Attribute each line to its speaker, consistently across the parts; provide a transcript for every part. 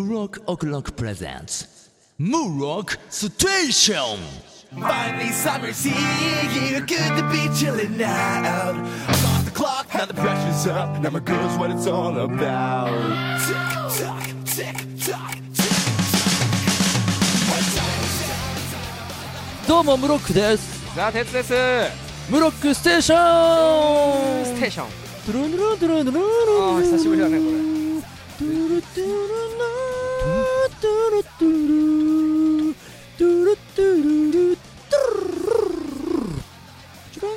Speaker 1: Moonrock O'Clock presents Moonrock Station!
Speaker 2: Finally, summer's here. Good to be chilling out. I'm off the clock, now the pressure's up. Now my girl's what it's all about. Tick tock, tick tock, tick tock.
Speaker 3: どうもムロックです
Speaker 4: ザ・鉄です
Speaker 3: ムロックステーション
Speaker 4: ステーション
Speaker 3: トゥルントゥルントゥルントゥルン
Speaker 4: あー久しぶりだねこれ
Speaker 3: トゥルトゥルントゥルントゥルントゥルントゥルントゥルントゥルン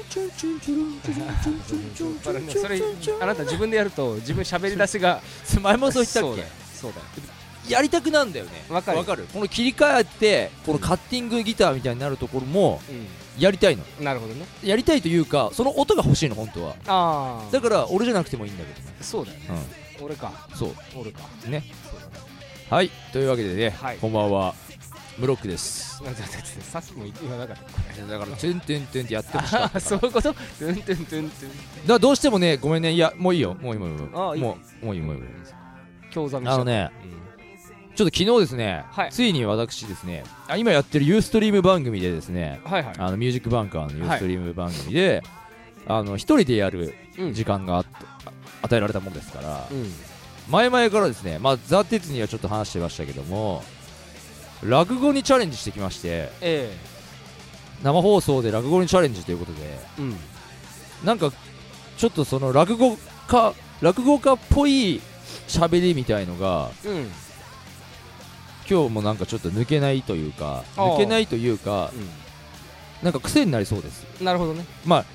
Speaker 3: チュルンチュルンチュルンチュルンチュルンチュルンチュルンチュルンチュルンチュルン
Speaker 4: あのねそれ
Speaker 3: チュルン
Speaker 4: あなた自分でやると自分喋り出しが
Speaker 3: 前もそう言
Speaker 4: そう
Speaker 3: ったっ
Speaker 4: だよそうだよ
Speaker 3: けやりたくなんだよね
Speaker 4: わかる
Speaker 3: この切り替えてこのカッティングギターみたいになるところも
Speaker 4: う
Speaker 3: やりたいの
Speaker 4: んなるほどね
Speaker 3: やりたいというかその音が欲しいの本当は
Speaker 4: あ
Speaker 3: だから俺じゃなくてもいいんだけどね
Speaker 4: らそうだよね俺か
Speaker 3: そう
Speaker 4: 俺か
Speaker 3: ねはいというわけでね、
Speaker 4: はい
Speaker 3: こんばんはムロックです
Speaker 4: ザ・鉄ですさっきも言わなかった
Speaker 3: だからトゥントゥントゥンってやってほしか
Speaker 4: あ
Speaker 3: った
Speaker 4: ーそういうことトゥントゥントゥントゥン
Speaker 3: だからどうしてもねごめんねいやもういいよもういいもういいも
Speaker 4: あ
Speaker 3: う
Speaker 4: いい
Speaker 3: もうもういいもういいもういい
Speaker 4: 興ざめしちゃ
Speaker 3: あ
Speaker 4: った
Speaker 3: のね
Speaker 4: うん
Speaker 3: ちょっと昨日ですね、
Speaker 4: はい
Speaker 3: ついに私ですねあ今やってるユーストリーム番組でですね
Speaker 4: はいはい
Speaker 3: あのミュージックバンカーのユーストリーム番組で、あの一人でやる
Speaker 4: うん
Speaker 3: 時間があっあ与えられたもんですから、
Speaker 4: うん
Speaker 3: 前々からですね、まあ、ザ・テツにはちょっと話してましたけども落語にチャレンジしてきまして
Speaker 4: え
Speaker 3: 生放送で落語にチャレンジということで
Speaker 4: えうん
Speaker 3: なんかちょっとその落語家落語家っぽい喋りみたいのが
Speaker 4: うん
Speaker 3: 今日もなんかちょっと抜けないというか
Speaker 4: あー
Speaker 3: 抜けないというかなんか癖になりそうです
Speaker 4: うんなるほどね
Speaker 3: まあ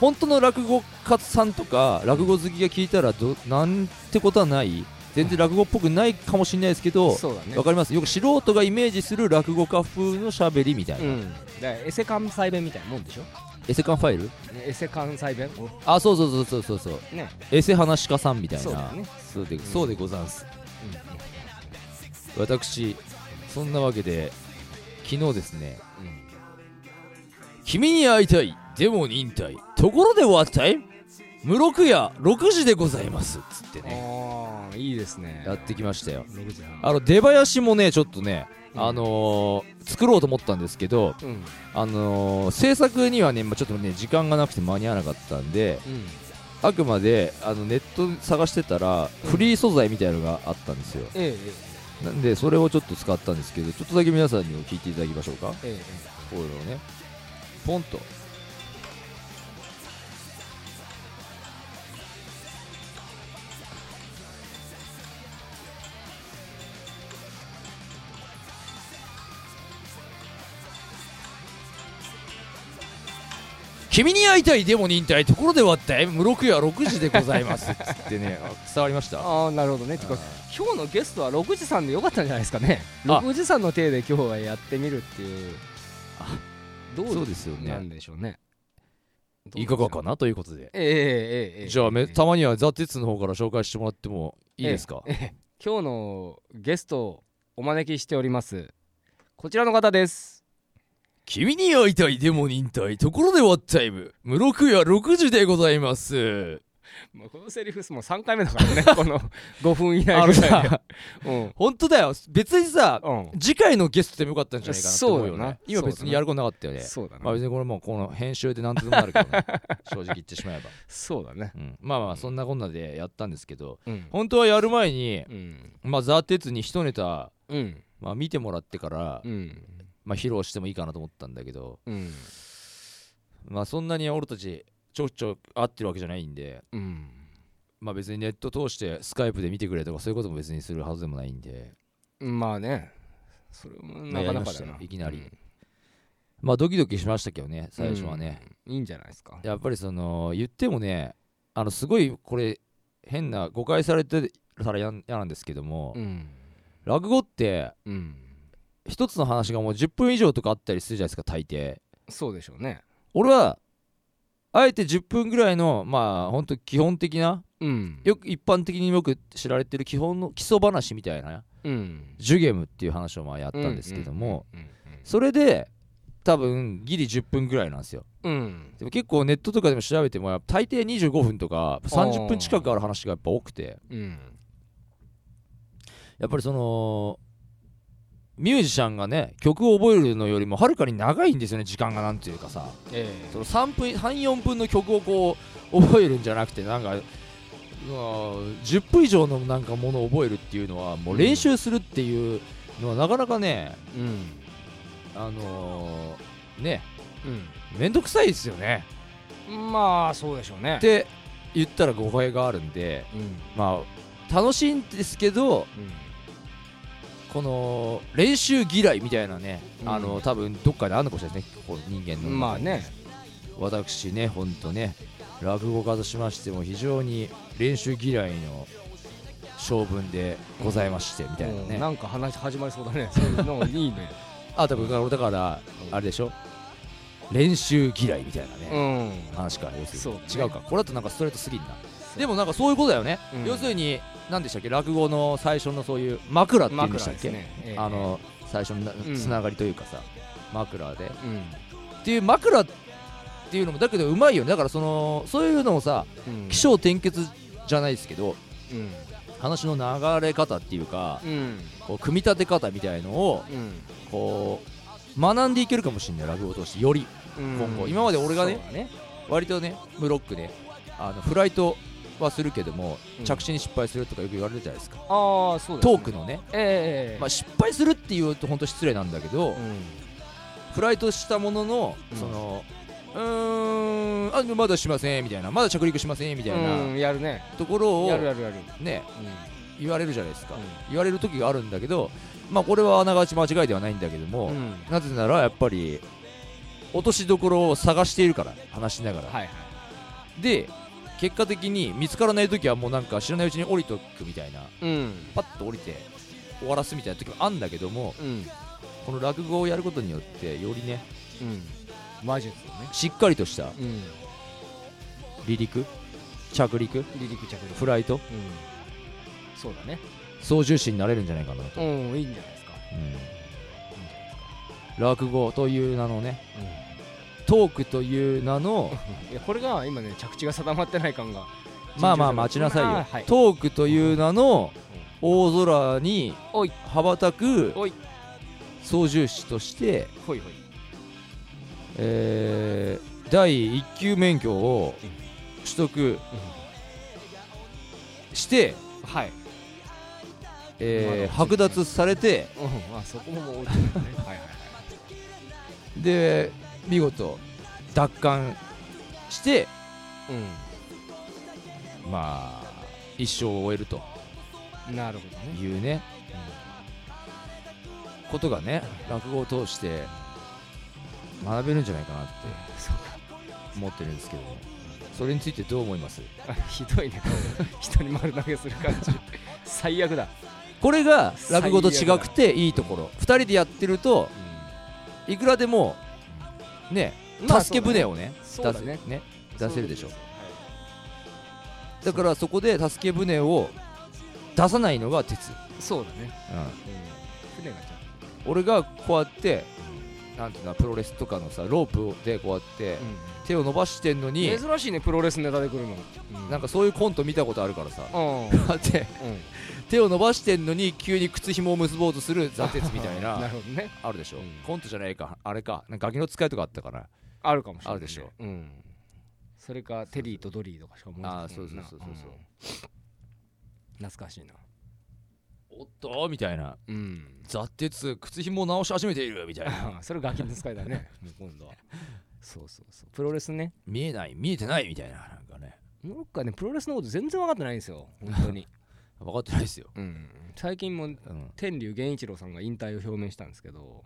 Speaker 3: 本当の落語家さんとか落語好きが聞いたらどなんてことはない全然落語っぽくないかもしれないですけど
Speaker 4: そうだね
Speaker 3: わかりますよく素人がイメージする落語家風のしゃべりみたいうな、
Speaker 4: んだからエセ関西弁みたいなもんでしょ
Speaker 3: エセカンファイル
Speaker 4: ねエセ関西弁
Speaker 3: あそうそうそうそうそうそう
Speaker 4: ね
Speaker 3: エセ話家さんみたいな
Speaker 4: そうだね
Speaker 3: そうで
Speaker 4: ん
Speaker 3: そうでござんす、私そんなわけで昨日ですね
Speaker 4: うんうん
Speaker 3: 「君に会いたいでも忍耐ところで終わったい無録夜6時でございます」っつってね
Speaker 4: ああいいですね
Speaker 3: やってきましたよ
Speaker 4: 6時半
Speaker 3: あの出囃子もねちょっとね、
Speaker 4: うん
Speaker 3: あのー作ろうと思ったんですけど、
Speaker 4: うんうん
Speaker 3: あのー制作にはね、まあ、ちょっとね時間がなくて間に合わなかったんであくまであのネット探してたらフリー素材みたいのがあったんですよ
Speaker 4: ええ
Speaker 3: なんでそれをちょっと使ったんですけどちょっとだけ皆さんにも聞いていただきましょうか
Speaker 4: えええ
Speaker 3: こ
Speaker 4: え
Speaker 3: れをねポンと君に会いたいでも忍耐ところではって無録夜6時でございますっつってねあ伝わりました
Speaker 4: ああなるほどねてか今日のゲストは6時さんでよかったんじゃないですかね
Speaker 3: あ
Speaker 4: 6時さんの体で今日はやってみるっていう
Speaker 3: あ
Speaker 4: ど
Speaker 3: そうですよね
Speaker 4: なんでしょうね
Speaker 3: いかがかなということで
Speaker 4: ええええええ
Speaker 3: じゃあめ
Speaker 4: え
Speaker 3: たまには「ザ・テツの方から紹介してもらってもいいですか
Speaker 4: ええ今日のゲストをお招きしておりますこちらの方です
Speaker 3: 君に会いたいでも忍耐ところでワッタイム無録夜6時でございます
Speaker 4: まあこのセリフもう3回目 だからねこの5分以
Speaker 3: あ
Speaker 4: 内
Speaker 3: の
Speaker 4: ぐらいで
Speaker 3: さ
Speaker 4: うん
Speaker 3: 本当だよ別にさ
Speaker 4: うん
Speaker 3: 次回のゲストでもよかったんじゃないかなと思うよ
Speaker 4: そうよな
Speaker 3: ね今別にやることなかったよね
Speaker 4: そうだな
Speaker 3: まあ別にこれもうこの編集で何とでもなるけど ね正直言ってしまえば、
Speaker 4: そうだね
Speaker 3: うん、まあまあそんなこんなでやったんですけど
Speaker 4: うん
Speaker 3: 本当はやる前に
Speaker 4: うん
Speaker 3: まあザ・テツに一ネタ
Speaker 4: うん
Speaker 3: まあ見てもらってから、
Speaker 4: うん
Speaker 3: まあ、披露してもいいかなと思ったんだけど
Speaker 4: うん
Speaker 3: まあそんなに俺たちちょくちょく会ってるわけじゃないんで
Speaker 4: うん
Speaker 3: まあ別にネット通してスカイプで見てくれとかそういうことも別にするはずでもないんで
Speaker 4: まあねそれもなか
Speaker 3: ま
Speaker 4: なかだな
Speaker 3: あやりましたよいきなりまあドキドキしましたけどね最初はね、、
Speaker 4: うんいいんじゃないですか
Speaker 3: やっぱりその言ってもねあのすごいこれ変な誤解されてたらやん嫌なんですけども、
Speaker 4: うん
Speaker 3: 落語って
Speaker 4: うん
Speaker 3: 一つの話がもう10分以上とかあったりするじゃないですか大抵
Speaker 4: そうでしょうね
Speaker 3: 俺はあえて10分ぐらいのまあほんと基本的な
Speaker 4: うん
Speaker 3: よく一般的によく知られてる基本の基礎話みたいな
Speaker 4: うん
Speaker 3: ジュゲムっていう話をまあやったんですけども、
Speaker 4: うん
Speaker 3: それで多分ギリ10分ぐらいなんですよ
Speaker 4: うんうん
Speaker 3: でも結構ネットとかでも調べてもやっぱ大抵25分とか30分近くある話がやっぱ多くて
Speaker 4: うん
Speaker 3: やっぱりそのミュージシャンがね曲を覚えるのよりもはるかに長いんですよね時間がなんていうかさ
Speaker 4: え
Speaker 3: その3分34分の曲をこう覚えるんじゃなくてなんかうわ10分以上のなんかものを覚えるっていうのはもう練習するっていうのはなかなかね
Speaker 4: えうん
Speaker 3: あのーね
Speaker 4: うん
Speaker 3: めんどくさいですよね
Speaker 4: まあそうでしょうね
Speaker 3: って言ったら誤解があるんで
Speaker 4: うん
Speaker 3: まあ楽しいんですけどこの練習嫌いみたいなね、
Speaker 4: うん
Speaker 3: あの多分どっかであるのかもしれないですねこう人間
Speaker 4: う
Speaker 3: の
Speaker 4: んまあね
Speaker 3: 私ねほんとね落語家としましても非常に練習嫌いの性分でございましてみたいな
Speaker 4: う
Speaker 3: ね、
Speaker 4: んなんか話始まりそうだねそういうのがいいね
Speaker 3: あ多分俺だから
Speaker 4: うん
Speaker 3: あれでしょ練習嫌いみたいなね、
Speaker 4: うん
Speaker 3: 話か要す
Speaker 4: そう
Speaker 3: る
Speaker 4: だ
Speaker 3: に
Speaker 4: ね
Speaker 3: 違うかこれだとなんかストレートすぎんな
Speaker 4: そう
Speaker 3: でもなんかそういうことだよね、
Speaker 4: うん
Speaker 3: 要するに何でしたっけ落語の最初のそういう枕って言うんで
Speaker 4: 枕
Speaker 3: したっけ、
Speaker 4: ですねええ
Speaker 3: あの最初のな
Speaker 4: うん
Speaker 3: つながりというかさ、枕で
Speaker 4: うん
Speaker 3: っていう枕っていうのもだけどうまいよねだからそのそういうのもさ
Speaker 4: うん
Speaker 3: 起承転結じゃないですけど
Speaker 4: うん
Speaker 3: 話の流れ方っていうか
Speaker 4: うん
Speaker 3: こう組み立て方みたいのを
Speaker 4: うん
Speaker 3: こう学んでいけるかもしれない落語としてより今後今まで俺がね
Speaker 4: そうだね
Speaker 3: 割とねブロックであのフライトはするけども、
Speaker 4: うん
Speaker 3: 着地に失敗するとかよく言われるじゃないですか
Speaker 4: ああそうです
Speaker 3: ト
Speaker 4: ね
Speaker 3: ークのね、
Speaker 4: ええええ
Speaker 3: まあ、失敗するっていうと本当失礼なんだけど、
Speaker 4: うん
Speaker 3: フライトしたものの
Speaker 4: うん
Speaker 3: そのうーんあでもまだしませんみたいなまだ着陸しませんみたい
Speaker 4: うん
Speaker 3: な
Speaker 4: やるね
Speaker 3: ところ
Speaker 4: やる
Speaker 3: を
Speaker 4: やるやる
Speaker 3: ね
Speaker 4: うん
Speaker 3: 言われるじゃないですか、
Speaker 4: うん
Speaker 3: 言われる時があるんだけどまあこれはあながち間違いではないんだけども、
Speaker 4: うん
Speaker 3: なぜならやっぱり落としどころを探しているから話しながら、
Speaker 4: はいはい
Speaker 3: で結果的に見つからない時はもうなんか知らないうちに降りとくみたいな
Speaker 4: うん
Speaker 3: パッと降りて終わらすみたいな時もあんだけども
Speaker 4: うん
Speaker 3: この落語をやることによってよりね
Speaker 4: うん魔術のね
Speaker 3: しっかりとした
Speaker 4: うん
Speaker 3: 離陸着陸
Speaker 4: 離陸着陸
Speaker 3: フライト
Speaker 4: うんそうだね
Speaker 3: 操縦士になれるんじゃないかなと、
Speaker 4: うんいいんじゃないですか
Speaker 3: うん落語という名のね
Speaker 4: うん
Speaker 3: トークという名 の
Speaker 4: いやこれが今ね着地が定まってない感が
Speaker 3: まあまあ待ちなさいよ、
Speaker 4: あはい
Speaker 3: トークという名の大空に
Speaker 4: おい
Speaker 3: 羽ばたく
Speaker 4: おい
Speaker 3: 操縦士として、
Speaker 4: ほいほい
Speaker 3: えー第1級免許を取得して、
Speaker 4: はい
Speaker 3: えー剥奪されて
Speaker 4: うんあそこももう置いてるん だねはいはいはい
Speaker 3: で見事奪還してまあ一生を終えると
Speaker 4: うんなるほどね
Speaker 3: いうね、ことがね落語を通して学べるんじゃないかなって
Speaker 4: そうか
Speaker 3: 思ってるんですけどもそれについてどう思います
Speaker 4: あひどいね人に丸投げする感じ最悪だ
Speaker 3: これが落語と違くていいところ2人でやってるといくらでもね
Speaker 4: まあ
Speaker 3: 助け舟をね,、
Speaker 4: そう
Speaker 3: 出
Speaker 4: だ
Speaker 3: せ
Speaker 4: ね
Speaker 3: ね出せるでしょ
Speaker 4: そういう
Speaker 3: だからそこで助け舟を出さないのが鉄、うん、
Speaker 4: ことですよはいそうだねうん船がちゃん
Speaker 3: 俺がこうやってなんていうのプロレスとかのさロープでこうやって
Speaker 4: と
Speaker 3: 手を伸ばしてんのに
Speaker 4: 珍しいねプロレスネタで来るのう
Speaker 3: なんかそういうコント見たことあるからさ
Speaker 4: うんうん
Speaker 3: だって手を伸ばしてんのに急に靴紐を結ぼうとする座鉄みたい
Speaker 4: な
Speaker 3: な
Speaker 4: るほどね
Speaker 3: あるでしょ、
Speaker 4: うん
Speaker 3: コントじゃないかあれかなんかガキの使いとかあったかな
Speaker 4: あるかもしれな
Speaker 3: あ
Speaker 4: い
Speaker 3: るでしょ
Speaker 4: うんそれかテリーとドリーとかしか思いつかない
Speaker 3: あーそうそうそうそうそうん
Speaker 4: 懐かしいな
Speaker 3: おっとみたいな
Speaker 4: うん
Speaker 3: 座鉄靴紐を直し始めているみたいな
Speaker 4: それガキの使い だね今度はそうそうそうプロレスね
Speaker 3: 見えない見えてないみたいななんかね
Speaker 4: なんかねプロレスのこと全然分かってないんですよ本 当に
Speaker 3: 分かってないですよ、
Speaker 4: うん最近も
Speaker 3: うん、
Speaker 4: 天竜源一郎さんが引退を表明したんですけど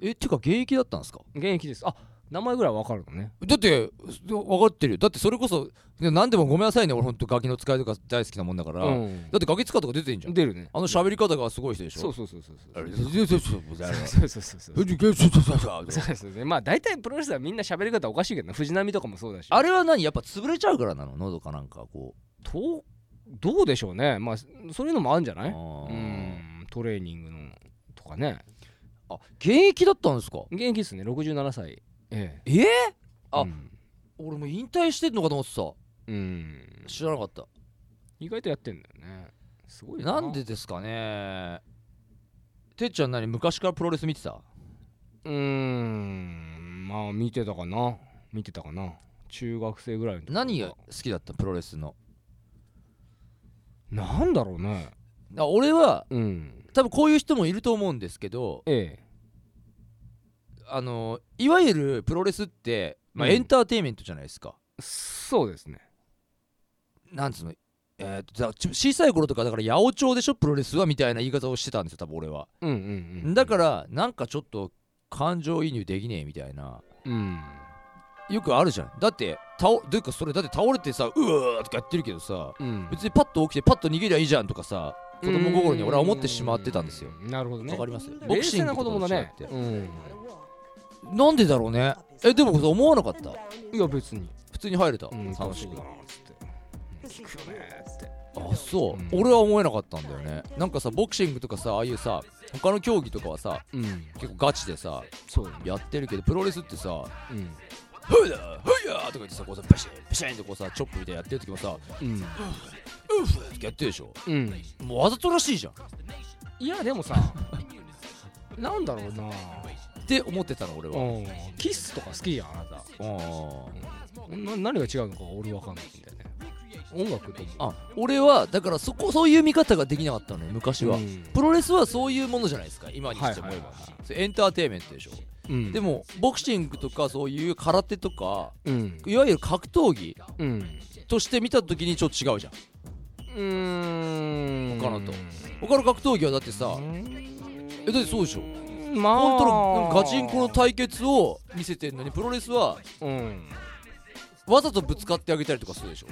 Speaker 3: えてか現役だったんですか
Speaker 4: 現役ですあ名前ぐらいは分かるのね
Speaker 3: だって分かってるよだってそれこそいや何でもごめんなさいね俺ほんとガキの使いとか大好きなもんだから、
Speaker 4: うん
Speaker 3: だってガキ使いとか出てんじゃん
Speaker 4: 出るね
Speaker 3: あの喋り方がすごい人でしょ
Speaker 4: そうそうそうそうそう
Speaker 3: あれそうそうそうそうそう
Speaker 4: そうそうそうそうそうですね。まあ大体プロレスラーみんな喋り方おかしいけどな藤波とかもそうだし。
Speaker 3: あ
Speaker 4: れ
Speaker 3: れは何やっぱ潰れちゃうからなの喉かなんかこう
Speaker 4: とどうでしょうね。まあそういうのもあるんじゃな
Speaker 3: あ
Speaker 4: い
Speaker 3: ー
Speaker 4: うんトレーニングのとかね。
Speaker 3: あ現役だったんですか
Speaker 4: 現役ですね67歳。ええ。
Speaker 3: えー、あ
Speaker 4: うん
Speaker 3: 俺もう引退してんのかと思ってた
Speaker 4: うん
Speaker 3: 知らなかった
Speaker 4: 意外とやってんだよね。すごい
Speaker 3: なんでですかねてっちゃん何昔からプロレス見てた
Speaker 4: うーんまあ見てたかな見てたかな中学生ぐらいの時
Speaker 3: 何が好きだったプロレスの
Speaker 4: なんだろうね
Speaker 3: あ俺は
Speaker 4: うん
Speaker 3: 多分こういう人もいると思うんですけど
Speaker 4: ええ
Speaker 3: あのいわゆるプロレスって、まあ、
Speaker 4: うん
Speaker 3: エンターテインメントじゃないですか、
Speaker 4: そうですね
Speaker 3: なんつうのえーとだち小さい頃とかだから八百長でしょプロレスはみたいな言い方をしてたんですよ多分俺は、
Speaker 4: うんうんうん
Speaker 3: だからなんかちょっと感情移入できねえみたいな
Speaker 4: うん
Speaker 3: よくあるじゃんだって倒というかそれだって倒れてさうわーとかやってるけどさ
Speaker 4: うん
Speaker 3: 別にパッと起きてパッと逃げりゃいいじゃんとかさ子供心に俺は思ってしまってたんですよ
Speaker 4: なるほどね
Speaker 3: わかります
Speaker 4: 冷静な子供だね
Speaker 3: ボクシングとかと違っ
Speaker 4: うん
Speaker 3: てなんでだろうねえでも思わなかった
Speaker 4: いや別に
Speaker 3: 普通に入れた、
Speaker 4: うん
Speaker 3: 楽
Speaker 4: 楽し
Speaker 3: し
Speaker 4: い
Speaker 3: く
Speaker 4: なっつってうん聞くよねっつって
Speaker 3: あそう、
Speaker 4: うん
Speaker 3: 俺は思えなかったんだよねなんかさボクシングとかさああいうさ他の競技とかはさ
Speaker 4: うん
Speaker 3: 結構ガチでさ
Speaker 4: そうだね
Speaker 3: やってるけどプロレスってさ
Speaker 4: うん
Speaker 3: 「ふやふや!」とか言ってさこうさパシンパシンってこうさチョップみたいなやってる時もさ「
Speaker 4: うん
Speaker 3: うふ!」ってやってるでしょ
Speaker 4: うん
Speaker 3: もうわざとらしいじゃんっ
Speaker 4: いやでも さなんだろうな
Speaker 3: て思ってたの俺は、
Speaker 4: うんキスとか好きやんあなた
Speaker 3: あ
Speaker 4: な何が違うのか俺分かんないんだよね音楽とも
Speaker 3: あ俺はだからそこそういう見方ができなかったのよ昔は、
Speaker 4: うん
Speaker 3: プロレスはそういうものじゃないですか今にして思えば、
Speaker 4: はいはいはいは
Speaker 3: それエンターテインメントでしょ、
Speaker 4: うん
Speaker 3: でもボクシングとかそういう空手とか
Speaker 4: うん
Speaker 3: いわゆる格闘技
Speaker 4: うん
Speaker 3: として見た時にちょっと違うじゃん
Speaker 4: うーん
Speaker 3: 他のと他の格闘技はだってさえだってそうでしょ
Speaker 4: まあ
Speaker 3: 本当のガチンコの対決を見せてんのにプロレスは
Speaker 4: うん
Speaker 3: わざとぶつかってあげたりとかするでしょ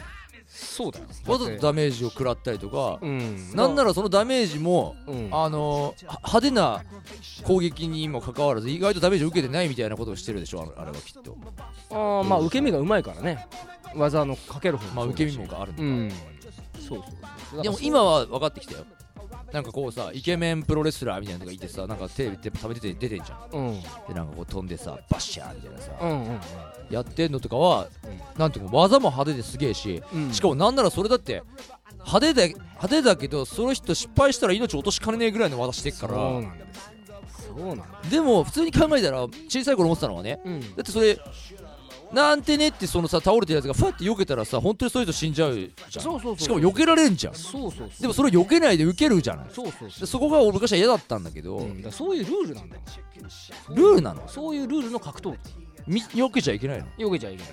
Speaker 4: そうだよ
Speaker 3: わざとダメージを食らったりとか
Speaker 4: うん
Speaker 3: なんならそのダメージも
Speaker 4: うん
Speaker 3: あのーは派手な攻撃にもかかわらず意外とダメージを受けてないみたいなことをしてるでしょあのあれはきっと
Speaker 4: あーまあ受け身がうまいからね技のかける方も
Speaker 3: まあ
Speaker 4: そうだ
Speaker 3: 受け
Speaker 4: し
Speaker 3: 身もがあるの
Speaker 4: う
Speaker 3: か、
Speaker 4: んそうそうそう
Speaker 3: でも今は分かってきたよなんかこうさイケメンプロレスラーみたいなのがいてさなんかテレビで食べてて出てんじゃん
Speaker 4: うんうん
Speaker 3: でなんかこう飛んでさバッシャーみたいなさ、
Speaker 4: うんうん
Speaker 3: やってんのとかは、なんていうの技も派手ですげえし、
Speaker 4: うん
Speaker 3: しかもなんならそれだって派手で派手だけどその人失敗したら命落としかねえぐらいの技してっか
Speaker 4: そう
Speaker 3: ら
Speaker 4: なんですよそうなんだ
Speaker 3: でも普通に考えたら小さい頃思ってたのはね
Speaker 4: うん
Speaker 3: だってそれなんてねってそのさ倒れてるやつがファって避けたらさ本当にそういう人死んじゃうじゃん
Speaker 4: そうそうそう
Speaker 3: しかも避けられんじゃん
Speaker 4: そうそうそう
Speaker 3: でもそれ避けないで受けるじゃない
Speaker 4: そうそうそ
Speaker 3: でそこが俺昔は嫌だったんだけど、
Speaker 4: ううんだからそういうルールなんだよ
Speaker 3: ルールなの
Speaker 4: そういうルールの格闘
Speaker 3: み避けちゃいけないの
Speaker 4: 技よけちゃいけない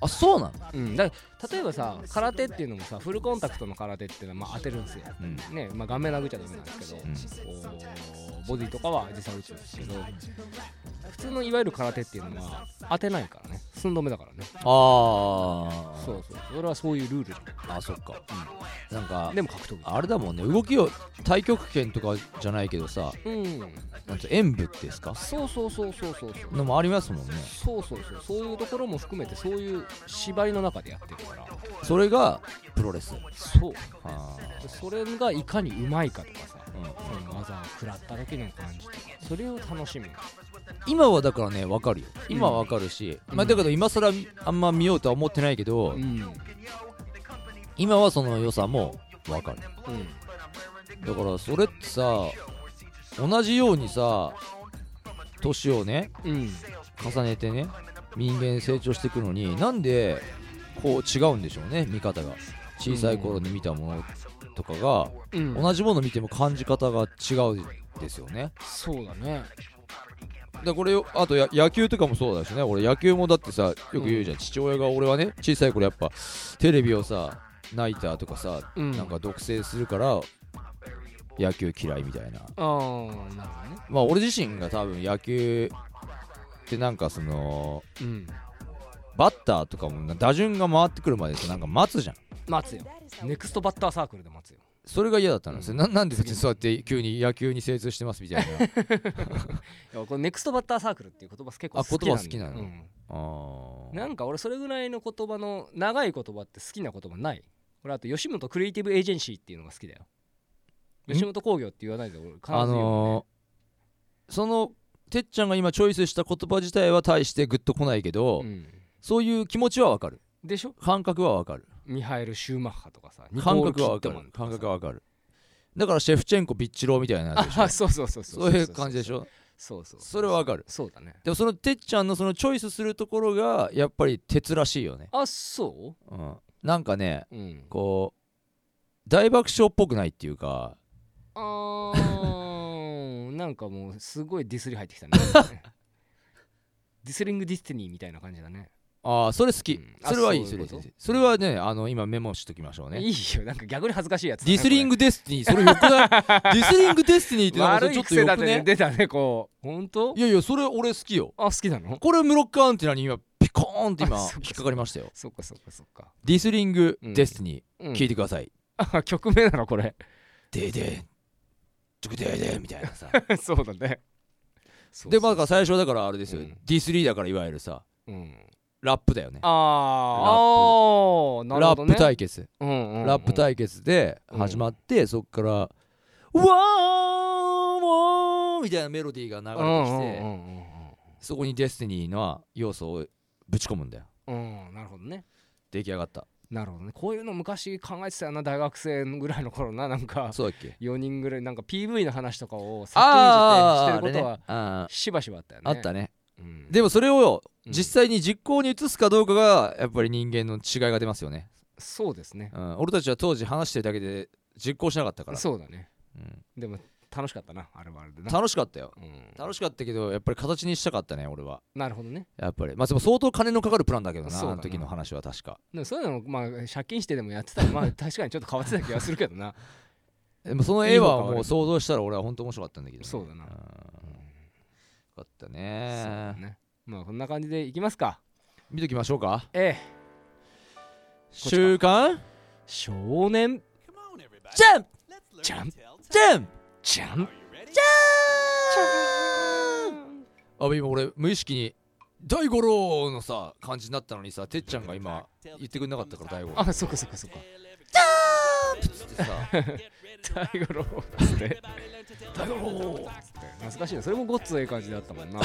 Speaker 3: あそうなの、
Speaker 4: うん、だから例えばさ空手っていうのもさフルコンタクトの空手っていうのはまあ当てるんですよ、
Speaker 3: うん
Speaker 4: ねまあ、顔面殴っちゃダメなんですけど、こうボディとかは実際打つんですけど普通のいわゆる空手っていうのは当てないからね寸止めだからね
Speaker 3: ああ
Speaker 4: そうそうそれはそういうルールじ
Speaker 3: あそっか、なんか
Speaker 4: ゃんでも格闘技
Speaker 3: あれだもんね動きを太極拳とかじゃないけどさ
Speaker 4: うん
Speaker 3: なんて演武ですか
Speaker 4: そうそうそうそうそうそう
Speaker 3: のもありますもんね
Speaker 4: そうそうそうそういうところも含めてそういう縛りの中でやってるから
Speaker 3: それがプロレス
Speaker 4: そう
Speaker 3: あ
Speaker 4: それがいかにうまいかとかさ、
Speaker 3: ん
Speaker 4: その技を食らった時の感じとかそれを楽しむ
Speaker 3: 今はだからね分かるよ今は分かるし、まあ、だけど今更あんま見ようとは思ってないけど、
Speaker 4: ん、
Speaker 3: 今はその良さも分かる
Speaker 4: うん、
Speaker 3: だからそれってさ同じようにさ年をね
Speaker 4: うん、
Speaker 3: 重ねてね人間成長していくのになんでこう違うんでしょうね見方が小さい頃に見たものとかが
Speaker 4: うん、
Speaker 3: 同じもの見ても感じ方が違うですよね
Speaker 4: そうだね、
Speaker 3: だこれよあとや野球とかもそうだしね俺野球もだってさよく言うじゃん、父親が俺はね小さい頃やっぱテレビをさナイターとかさ、
Speaker 4: うん
Speaker 3: なんか独占するから野球嫌いみたいな
Speaker 4: ああ、なるほどね、
Speaker 3: まあ俺自身が多分野球ってなんかその
Speaker 4: うん、
Speaker 3: バッターとかも打順が回ってくるまでさなんか待つじゃん
Speaker 4: 待つよ、ネクストバッターサークルで待つよ、
Speaker 3: それが嫌だったんですよ、ななんで
Speaker 4: 次
Speaker 3: そうやって急に野球に精通してますみたい な
Speaker 4: いやこれネクストバッターサークルっていう言葉結構
Speaker 3: あ
Speaker 4: 好きな
Speaker 3: 言
Speaker 4: んだ
Speaker 3: 葉好きなの
Speaker 4: うん
Speaker 3: あー
Speaker 4: なんか俺それぐらいの言葉の長い言葉って好きな言葉ない俺あと吉本クリエイティブエージェンシーっていうのが好きだよ
Speaker 3: ん
Speaker 4: 吉本興業って言わないで俺必ず言う
Speaker 3: あのーそのてっちゃんが今チョイスした言葉自体は大してグッとこないけど、
Speaker 4: うん、
Speaker 3: そういう気持ちはわかる
Speaker 4: でしょ
Speaker 3: 感覚はわかる
Speaker 4: ミハエル・シューマッハとかさニコ
Speaker 3: 感
Speaker 4: ール・
Speaker 3: 覚
Speaker 4: キ
Speaker 3: は
Speaker 4: ッ
Speaker 3: わか
Speaker 4: ドマン
Speaker 3: る
Speaker 4: とか
Speaker 3: 感
Speaker 4: さ
Speaker 3: 覚はわかるだからシェフチェンコビッチローみたいなやつでし
Speaker 4: あ
Speaker 3: ょ
Speaker 4: そうそうそうそ
Speaker 3: そうういう感じでしょ
Speaker 4: そうそう
Speaker 3: それはわかる
Speaker 4: そうだね
Speaker 3: でもそのてっちゃんのそのチョイスするところがやっぱり鉄らしいよね、
Speaker 4: あそ
Speaker 3: うん、なんかね
Speaker 4: ううん
Speaker 3: こう大爆笑っぽくないっていうか
Speaker 4: あーなんかもうすごいディスり入ってきたね ディスリング・ディスティニーみたいな感じだね
Speaker 3: ああそれ好き、
Speaker 4: うんあ
Speaker 3: それはいい
Speaker 4: そ
Speaker 3: そう
Speaker 4: いう
Speaker 3: れ
Speaker 4: こと
Speaker 3: いいですそれはねあの今メモしときましょうね
Speaker 4: いいよなんか逆に恥ずかしいやつだ
Speaker 3: デ
Speaker 4: ね
Speaker 3: ィスリングデスティニーそれよくないディスリングデスティニーっ
Speaker 4: こ
Speaker 3: て
Speaker 4: れ
Speaker 3: なんか
Speaker 4: 悪
Speaker 3: ちょ
Speaker 4: い
Speaker 3: っと
Speaker 4: 癖
Speaker 3: よ
Speaker 4: だ
Speaker 3: く
Speaker 4: ね
Speaker 3: ね
Speaker 4: 出たねこう本当
Speaker 3: いやいやそれ俺好きよ
Speaker 4: あ好きなの
Speaker 3: これムロックアンテナに 今ピコーンって今
Speaker 4: あそっ
Speaker 3: 引
Speaker 4: かそっか
Speaker 3: っかかりましたよ
Speaker 4: そっかそっかそっか、
Speaker 3: ディスリング
Speaker 4: うん
Speaker 3: デスティニ
Speaker 4: う
Speaker 3: ー
Speaker 4: ん
Speaker 3: 聞いてください
Speaker 4: あ 曲名なのこれ
Speaker 3: でーでーちょくでーでーみたいなさ
Speaker 4: そうだねそう
Speaker 3: で
Speaker 4: そ
Speaker 3: まあだ
Speaker 4: う
Speaker 3: から最初だからあれですよ
Speaker 4: う
Speaker 3: デ
Speaker 4: ん
Speaker 3: ィスリーだからいわゆるさ
Speaker 4: うん、
Speaker 3: ラップだよね
Speaker 4: あーあーなる
Speaker 3: ラ
Speaker 4: ほ
Speaker 3: ッ
Speaker 4: ど、
Speaker 3: プ
Speaker 4: ね、
Speaker 3: 対決
Speaker 4: うんうんうん
Speaker 3: ラップ対決で始まってそっから「わーわー」みたいなメロディーが
Speaker 4: うんう
Speaker 3: 流
Speaker 4: ん
Speaker 3: れてき
Speaker 4: う
Speaker 3: て
Speaker 4: んうん
Speaker 3: そこにデスティニーの要素をぶち込むんだよ
Speaker 4: うんうんなるほどね
Speaker 3: 出来上がった
Speaker 4: なるほどねこういうの昔考えてたよな大学生ぐらいの頃ななんか
Speaker 3: そうだっけ
Speaker 4: 4人ぐらいなんか PV の話とかを先に
Speaker 3: あ
Speaker 4: してることは
Speaker 3: あ
Speaker 4: しばしばあったよね
Speaker 3: あったね
Speaker 4: うん
Speaker 3: でもそれを
Speaker 4: うん
Speaker 3: 実際に実行に移すかどうかがやっぱり人間の違いが出ますよね、
Speaker 4: そうですね
Speaker 3: うん、俺たちは当時話してるだけで実行しなかったから、
Speaker 4: そうだね
Speaker 3: うん
Speaker 4: でも楽しかったなあれはあれでな
Speaker 3: 楽しかったよ
Speaker 4: うん
Speaker 3: 楽しかったけどやっぱり形にしたかったね俺は
Speaker 4: なるほどね
Speaker 3: やっぱりまあでも相当金のかかるプランだけどな
Speaker 4: そうだな
Speaker 3: あの時の話は確か
Speaker 4: でもそういうのもまあ借金してでもやってたらまあ確かにちょっと変わってた気がするけ どな
Speaker 3: でもその絵はい
Speaker 4: いのか悪い
Speaker 3: も
Speaker 4: の
Speaker 3: う
Speaker 4: か
Speaker 3: 想像したら俺は本当面白かったんだけどね、
Speaker 4: そうだなん
Speaker 3: よかった
Speaker 4: そうだ
Speaker 3: ね
Speaker 4: ねまあこんな感じでいきますか
Speaker 3: 見ときましょうか
Speaker 4: ええ
Speaker 3: 週刊
Speaker 4: 少年
Speaker 3: ジャンプ
Speaker 4: ジャ
Speaker 3: ジャン
Speaker 4: ンプ
Speaker 3: プ
Speaker 4: ジャンプ
Speaker 3: あ今俺無意識に大五郎のさ感じになったのにさてっちゃんが今言ってくれなかったから大五郎
Speaker 4: あそっかそっかそっか
Speaker 3: ってさ
Speaker 4: 大五郎ですね大五郎懐かしいなそれもごっつええ感じだったも んな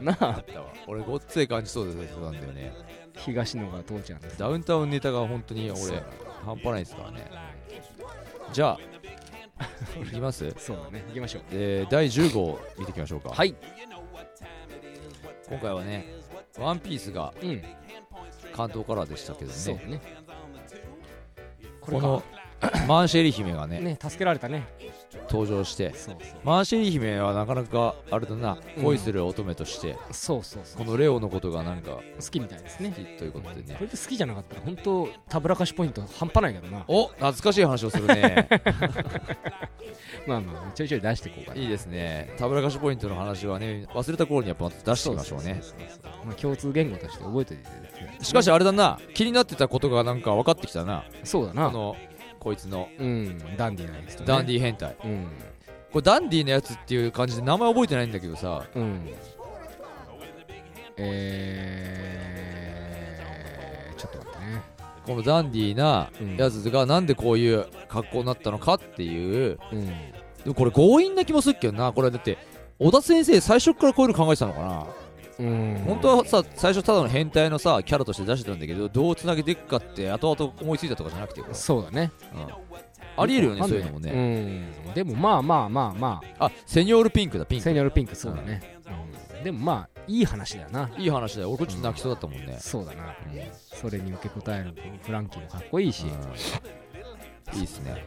Speaker 4: なあ
Speaker 3: 俺ごっつい感じそうだったんだよね
Speaker 4: 東野が父ちゃんです
Speaker 3: ダウンタウンネタが本当に
Speaker 4: そう
Speaker 3: 俺半端ないですからねじゃあいきます
Speaker 4: そうだね行きましょう
Speaker 3: えー第10号見ていきましょうか
Speaker 4: はい
Speaker 3: 今回はねワンピースが
Speaker 4: うん
Speaker 3: 関東カラーでしたけど
Speaker 4: そう
Speaker 3: ね
Speaker 4: ね
Speaker 3: こ
Speaker 4: これ
Speaker 3: の
Speaker 4: か
Speaker 3: マンシェリ姫がね
Speaker 4: ね助けられたね
Speaker 3: 登場して
Speaker 4: そうそう
Speaker 3: マンシェリ姫はなかなかあれだな
Speaker 4: うん
Speaker 3: 恋する乙女として、
Speaker 4: そうそうそう
Speaker 3: このレオのことがなんか
Speaker 4: 好きみたいです
Speaker 3: 好
Speaker 4: ね
Speaker 3: きということでね
Speaker 4: これで好きじゃなかったら本当たぶらかしポイント半端ないけどな
Speaker 3: お懐かしい話をするね
Speaker 4: まあまあちょいちょい出していこうかない
Speaker 3: いですねたぶらかしポイントの話はね忘れた頃にやっぱ出して
Speaker 4: そ
Speaker 3: み
Speaker 4: う
Speaker 3: ま
Speaker 4: で
Speaker 3: し
Speaker 4: しょ
Speaker 3: ょう
Speaker 4: う
Speaker 3: ね
Speaker 4: ねまあ共通言語として覚えておいていただきたい
Speaker 3: しかしあれだな気になってたことがなんか分かってきたな
Speaker 4: そうだ
Speaker 3: あ
Speaker 4: な
Speaker 3: のこいつの
Speaker 4: うんダンディーなやつとね
Speaker 3: ダンディ変態
Speaker 4: うん
Speaker 3: これダンディのやつっていう感じで名前覚えてないんだけどさ
Speaker 4: うんえー、ちょっと待ってね
Speaker 3: このダンディな
Speaker 4: うん
Speaker 3: やつがなんでこういう格好になったのかっていう
Speaker 4: うん
Speaker 3: でもこれ強引な気もするけどなこれだって小田先生最初っからこういうの考えてたのかな
Speaker 4: うん
Speaker 3: 本当はさ最初ただの変態のさキャラとして出してたんだけどどうつなげていくかって後々思いついたとかじゃなくて、うん
Speaker 4: そうだね
Speaker 3: ありえるよねそういうのもね、
Speaker 4: うんでもまあまあまあま
Speaker 3: あセニョールピンクだピ
Speaker 4: あ
Speaker 3: ンク
Speaker 4: セニョルピンクそうだね、うん、でもまあいい話だよない
Speaker 3: い話だよ俺こっちょっと泣きそうだったもんね、
Speaker 4: そうだな
Speaker 3: うん
Speaker 4: それに受け答えるフランキーもかっこいいし、
Speaker 3: うんいいっすね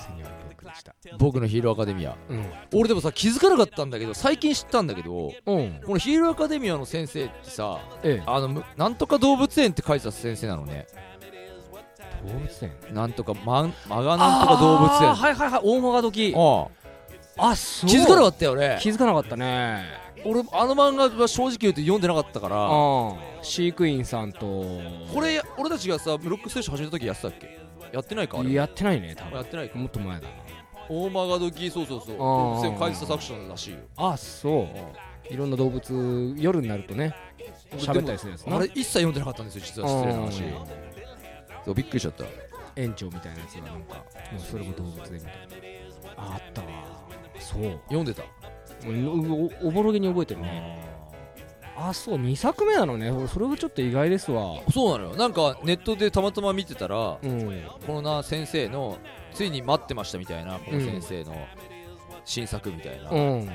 Speaker 4: セニョルピンクでした
Speaker 3: 僕のヒーローアカデミア
Speaker 4: うん
Speaker 3: 俺でもさ気づかなかったんだけど最近知ったんだけど
Speaker 4: うん
Speaker 3: このヒーローアカデミアの先生ってさ
Speaker 4: え
Speaker 3: あのむなんとか動物園って書いてた先生なのね
Speaker 4: え動物園
Speaker 3: なんとかマンマガなんとか動物園
Speaker 4: はいはいはい大間が時
Speaker 3: あ
Speaker 4: あそ
Speaker 3: あ
Speaker 4: う
Speaker 3: 気づかなかったよね
Speaker 4: 気づかなかったね
Speaker 3: 俺あの漫画は正直言うと読んでなかったから
Speaker 4: うん飼育員さんと
Speaker 3: これ俺たちがさブロックステーション始めた時やってたっけやってないかあれ
Speaker 4: やってないね多
Speaker 3: やっ
Speaker 4: 分
Speaker 3: てないか
Speaker 4: もっと前だな
Speaker 3: 大間が時そうそうそう
Speaker 4: あー
Speaker 3: 動物園を書いてた作者らしいよ
Speaker 4: あそういろんな動物夜になるとね喋ったりするやつな
Speaker 3: あれ一切読んでなかったんですよ実は失礼な話そうびっくりしちゃった
Speaker 4: 園長みたいなやつがなんかもうそれも動物園みたいなああったわそう
Speaker 3: 読んでた
Speaker 4: おおおぼろげに覚えてるねあそう2作目なのね俺それはちょっと意外ですわ
Speaker 3: そうなのよなんかネットでたまたま見てたら、
Speaker 4: うん
Speaker 3: このな先生のついに待ってましたみたいなこの先生の新作みたいな、
Speaker 4: うん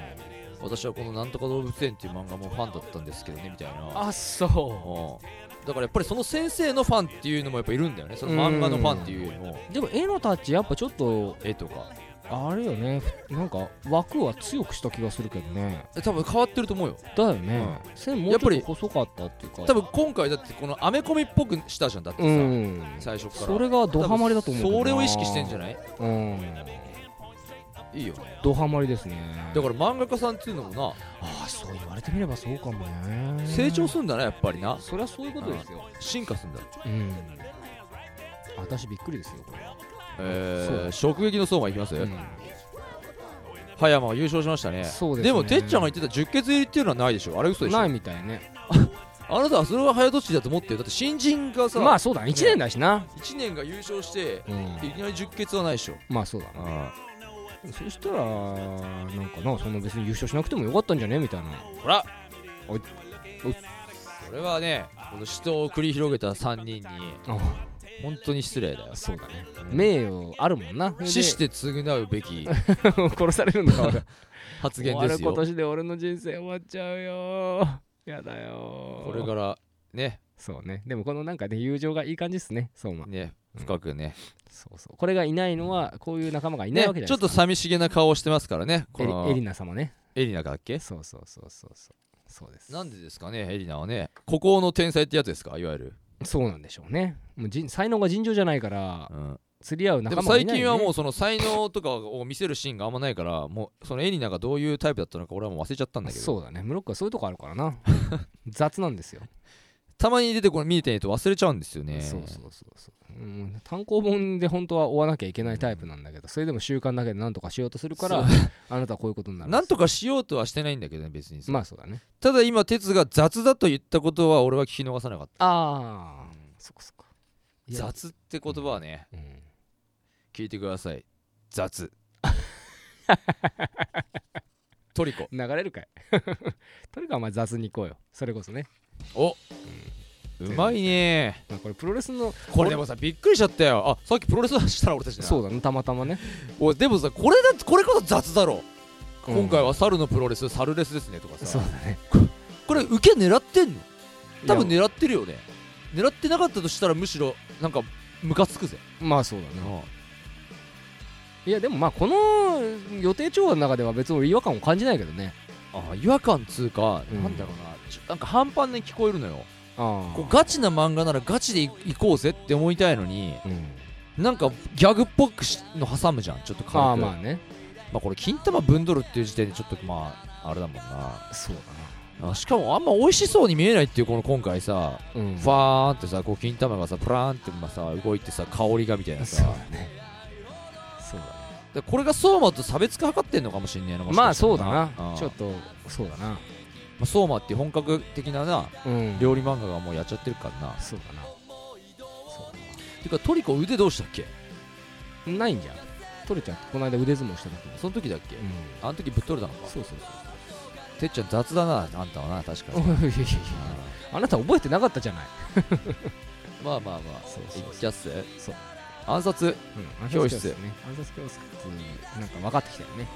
Speaker 3: 私はこの「なんとか動物園」っていう漫画もファンだったんですけどねみたいな
Speaker 4: あそ
Speaker 3: うんだからやっぱりその先生のファンっていうのもやっぱいるんだよねその漫画のファンっていうよりも
Speaker 4: うでも絵のタッチやっぱちょっと
Speaker 3: 絵とか
Speaker 4: あれよねなんか枠は強くした気がするけどね
Speaker 3: え多分変わってると思うよ
Speaker 4: だよね、線もうちょっと細かったっていうか
Speaker 3: 多分今回だってこのアメコミっぽくしたじゃんだってさ、
Speaker 4: うん
Speaker 3: 最初から
Speaker 4: それがドハマりだと思うけど
Speaker 3: そ
Speaker 4: な
Speaker 3: れを意識してんじゃない
Speaker 4: うん
Speaker 3: いいよね
Speaker 4: ドハマりですね
Speaker 3: だから漫画家さんっていうのも
Speaker 4: ああそう言われてみればそうかもね
Speaker 3: な成長するんだなやっぱりな
Speaker 4: そりゃそういうことですよ
Speaker 3: 進化するんだ
Speaker 4: うん私びっくりですよこれは、
Speaker 3: え
Speaker 4: そ
Speaker 3: ー、
Speaker 4: う
Speaker 3: 直撃の相馬いきます、
Speaker 4: うん
Speaker 3: 葉山は優勝しましたね
Speaker 4: そうですね
Speaker 3: でもてっちゃんが言ってた十血入りっていうのはないでしょあれ嘘でしょ
Speaker 4: ないみたいね
Speaker 3: あなたはそれは早とちりだと思ってるだって新人がさ、
Speaker 4: まあそうだ1年だしな、
Speaker 3: 1年が優勝して
Speaker 4: うん
Speaker 3: いきなり十血はないでしょ
Speaker 4: まあそうだなそしたらなんかなそんな別に優勝しなくてもよかったんじゃねみたいな
Speaker 3: ほら
Speaker 4: おいおい
Speaker 3: これはねこの死闘を繰り広げた3人に
Speaker 4: あ
Speaker 3: 本当に失礼だよ
Speaker 4: そうだね名誉あるもんな
Speaker 3: 死して償うべき
Speaker 4: で殺され るんだから俺
Speaker 3: 発言です
Speaker 4: 終
Speaker 3: よ
Speaker 4: わる今年で俺の人生終わっちゃうよやだよ
Speaker 3: これからね
Speaker 4: そうねでもこのなんかね友情がいい感じですねそうま
Speaker 3: ね深くね,、
Speaker 4: そうそうこれがいないのはこういう仲間がいないわけ
Speaker 3: ね
Speaker 4: じゃ
Speaker 3: ちょっと
Speaker 4: ないですか
Speaker 3: 寂しげな顔をしてますからねこ
Speaker 4: エ
Speaker 3: の
Speaker 4: リエリナ様ね
Speaker 3: エリナだっけ
Speaker 4: そうそうそうそうそうそうです
Speaker 3: なんでですかねエリナはね孤高の天才ってやつですかいわゆる、
Speaker 4: そうなんでしょうねもう人才能が尋常じゃないから
Speaker 3: うん、
Speaker 4: 釣り合う
Speaker 3: で
Speaker 4: 仲
Speaker 3: も
Speaker 4: 間がい
Speaker 3: 最
Speaker 4: ない、ね、
Speaker 3: 近はもうその才能とかを見せるシーンがあんまないからもうそのエリナがどういうタイプだったのか俺はもう忘れちゃったんだけど
Speaker 4: そうだねムロックはそういうとこあるか らな雑なんですよ、
Speaker 3: たまに出てこれ見えてないと忘れちゃうんですよね
Speaker 4: そうそうそうそう、うん、単行本で本当は追わなきゃいけないタイプなんだけどそれでも習慣だけで何とかしようとするからあなたはこういうことになる
Speaker 3: なんとかしようとはしてないんだけどね別にさ、
Speaker 4: まあそうだね
Speaker 3: ただ今哲が雑だと言ったことは俺は聞き逃さなかった
Speaker 4: ああそこそこいや
Speaker 3: 雑って言葉はね、
Speaker 4: うん
Speaker 3: 聞いてください 雑トリコ
Speaker 4: 流れるかい とにかくまあ雑に行こうよそれこそね、
Speaker 3: おうまいね
Speaker 4: まあ、これプロレスの
Speaker 3: これでもさびっくりしちゃったよあさっきプロレスの話したら俺たちな
Speaker 4: そうだねたまたまね
Speaker 3: おいでもさこれだこれこそ雑だろ、
Speaker 4: うん
Speaker 3: 今回は猿のプロレス猿レスですねとか
Speaker 4: そ
Speaker 3: さ
Speaker 4: うだね
Speaker 3: これ受け狙ってんの多分
Speaker 4: いや
Speaker 3: 狙ってるよね狙ってなかったとしたらむしろなんかムカつくぜ、
Speaker 4: まあそうだねいやでもまあこの予定調和の中では別に俺違和感を感じないけどね
Speaker 3: あ違和感つうか、
Speaker 4: うん
Speaker 3: なんだろうなちょなんか半端に聞こえるのよ
Speaker 4: あ
Speaker 3: こうガチな漫画ならガチでい行こうぜって思いたいのに
Speaker 4: あ、うん、
Speaker 3: なんかギャグっぽくしの挟むじゃんちょっと軽く
Speaker 4: ああまあね
Speaker 3: まあこれ金玉ぶんどるっていう時点でちょっとまああれだもんな
Speaker 4: そう
Speaker 3: あしかもあんま美味しそうに見えないっていうこの今回さ
Speaker 4: だなうん
Speaker 3: ファーンってさこう金玉がさプラーンってまあさ動いてさ香りがみたいな
Speaker 4: そう
Speaker 3: さ
Speaker 4: だねそうだね
Speaker 3: でこれが相馬と差別化図ってんのかもしんねえなもし
Speaker 4: ま
Speaker 3: か
Speaker 4: あ
Speaker 3: したら
Speaker 4: そうだな
Speaker 3: あ
Speaker 4: ちょっとそうだな
Speaker 3: まあ相馬って本格的なな
Speaker 4: うん
Speaker 3: 料理漫画がもうやっちゃってるからな
Speaker 4: そうだなそう
Speaker 3: てかトリコ腕どうしたっけ
Speaker 4: だなないんじゃん取れちゃってこの間腕相撲した時に
Speaker 3: その時だっけ
Speaker 4: うん
Speaker 3: あの時ぶっ取れたのか
Speaker 4: そうそう
Speaker 3: てっちゃん雑だなあんたはな確か
Speaker 4: そう
Speaker 3: に
Speaker 4: いやいやいやあなた覚えてなかったじゃない
Speaker 3: まあまあまあ
Speaker 4: そう
Speaker 3: い
Speaker 4: そう
Speaker 3: っちゃっす
Speaker 4: そう
Speaker 3: 暗殺
Speaker 4: うん
Speaker 3: 教室
Speaker 4: ね暗殺教室なんか分かってきたよね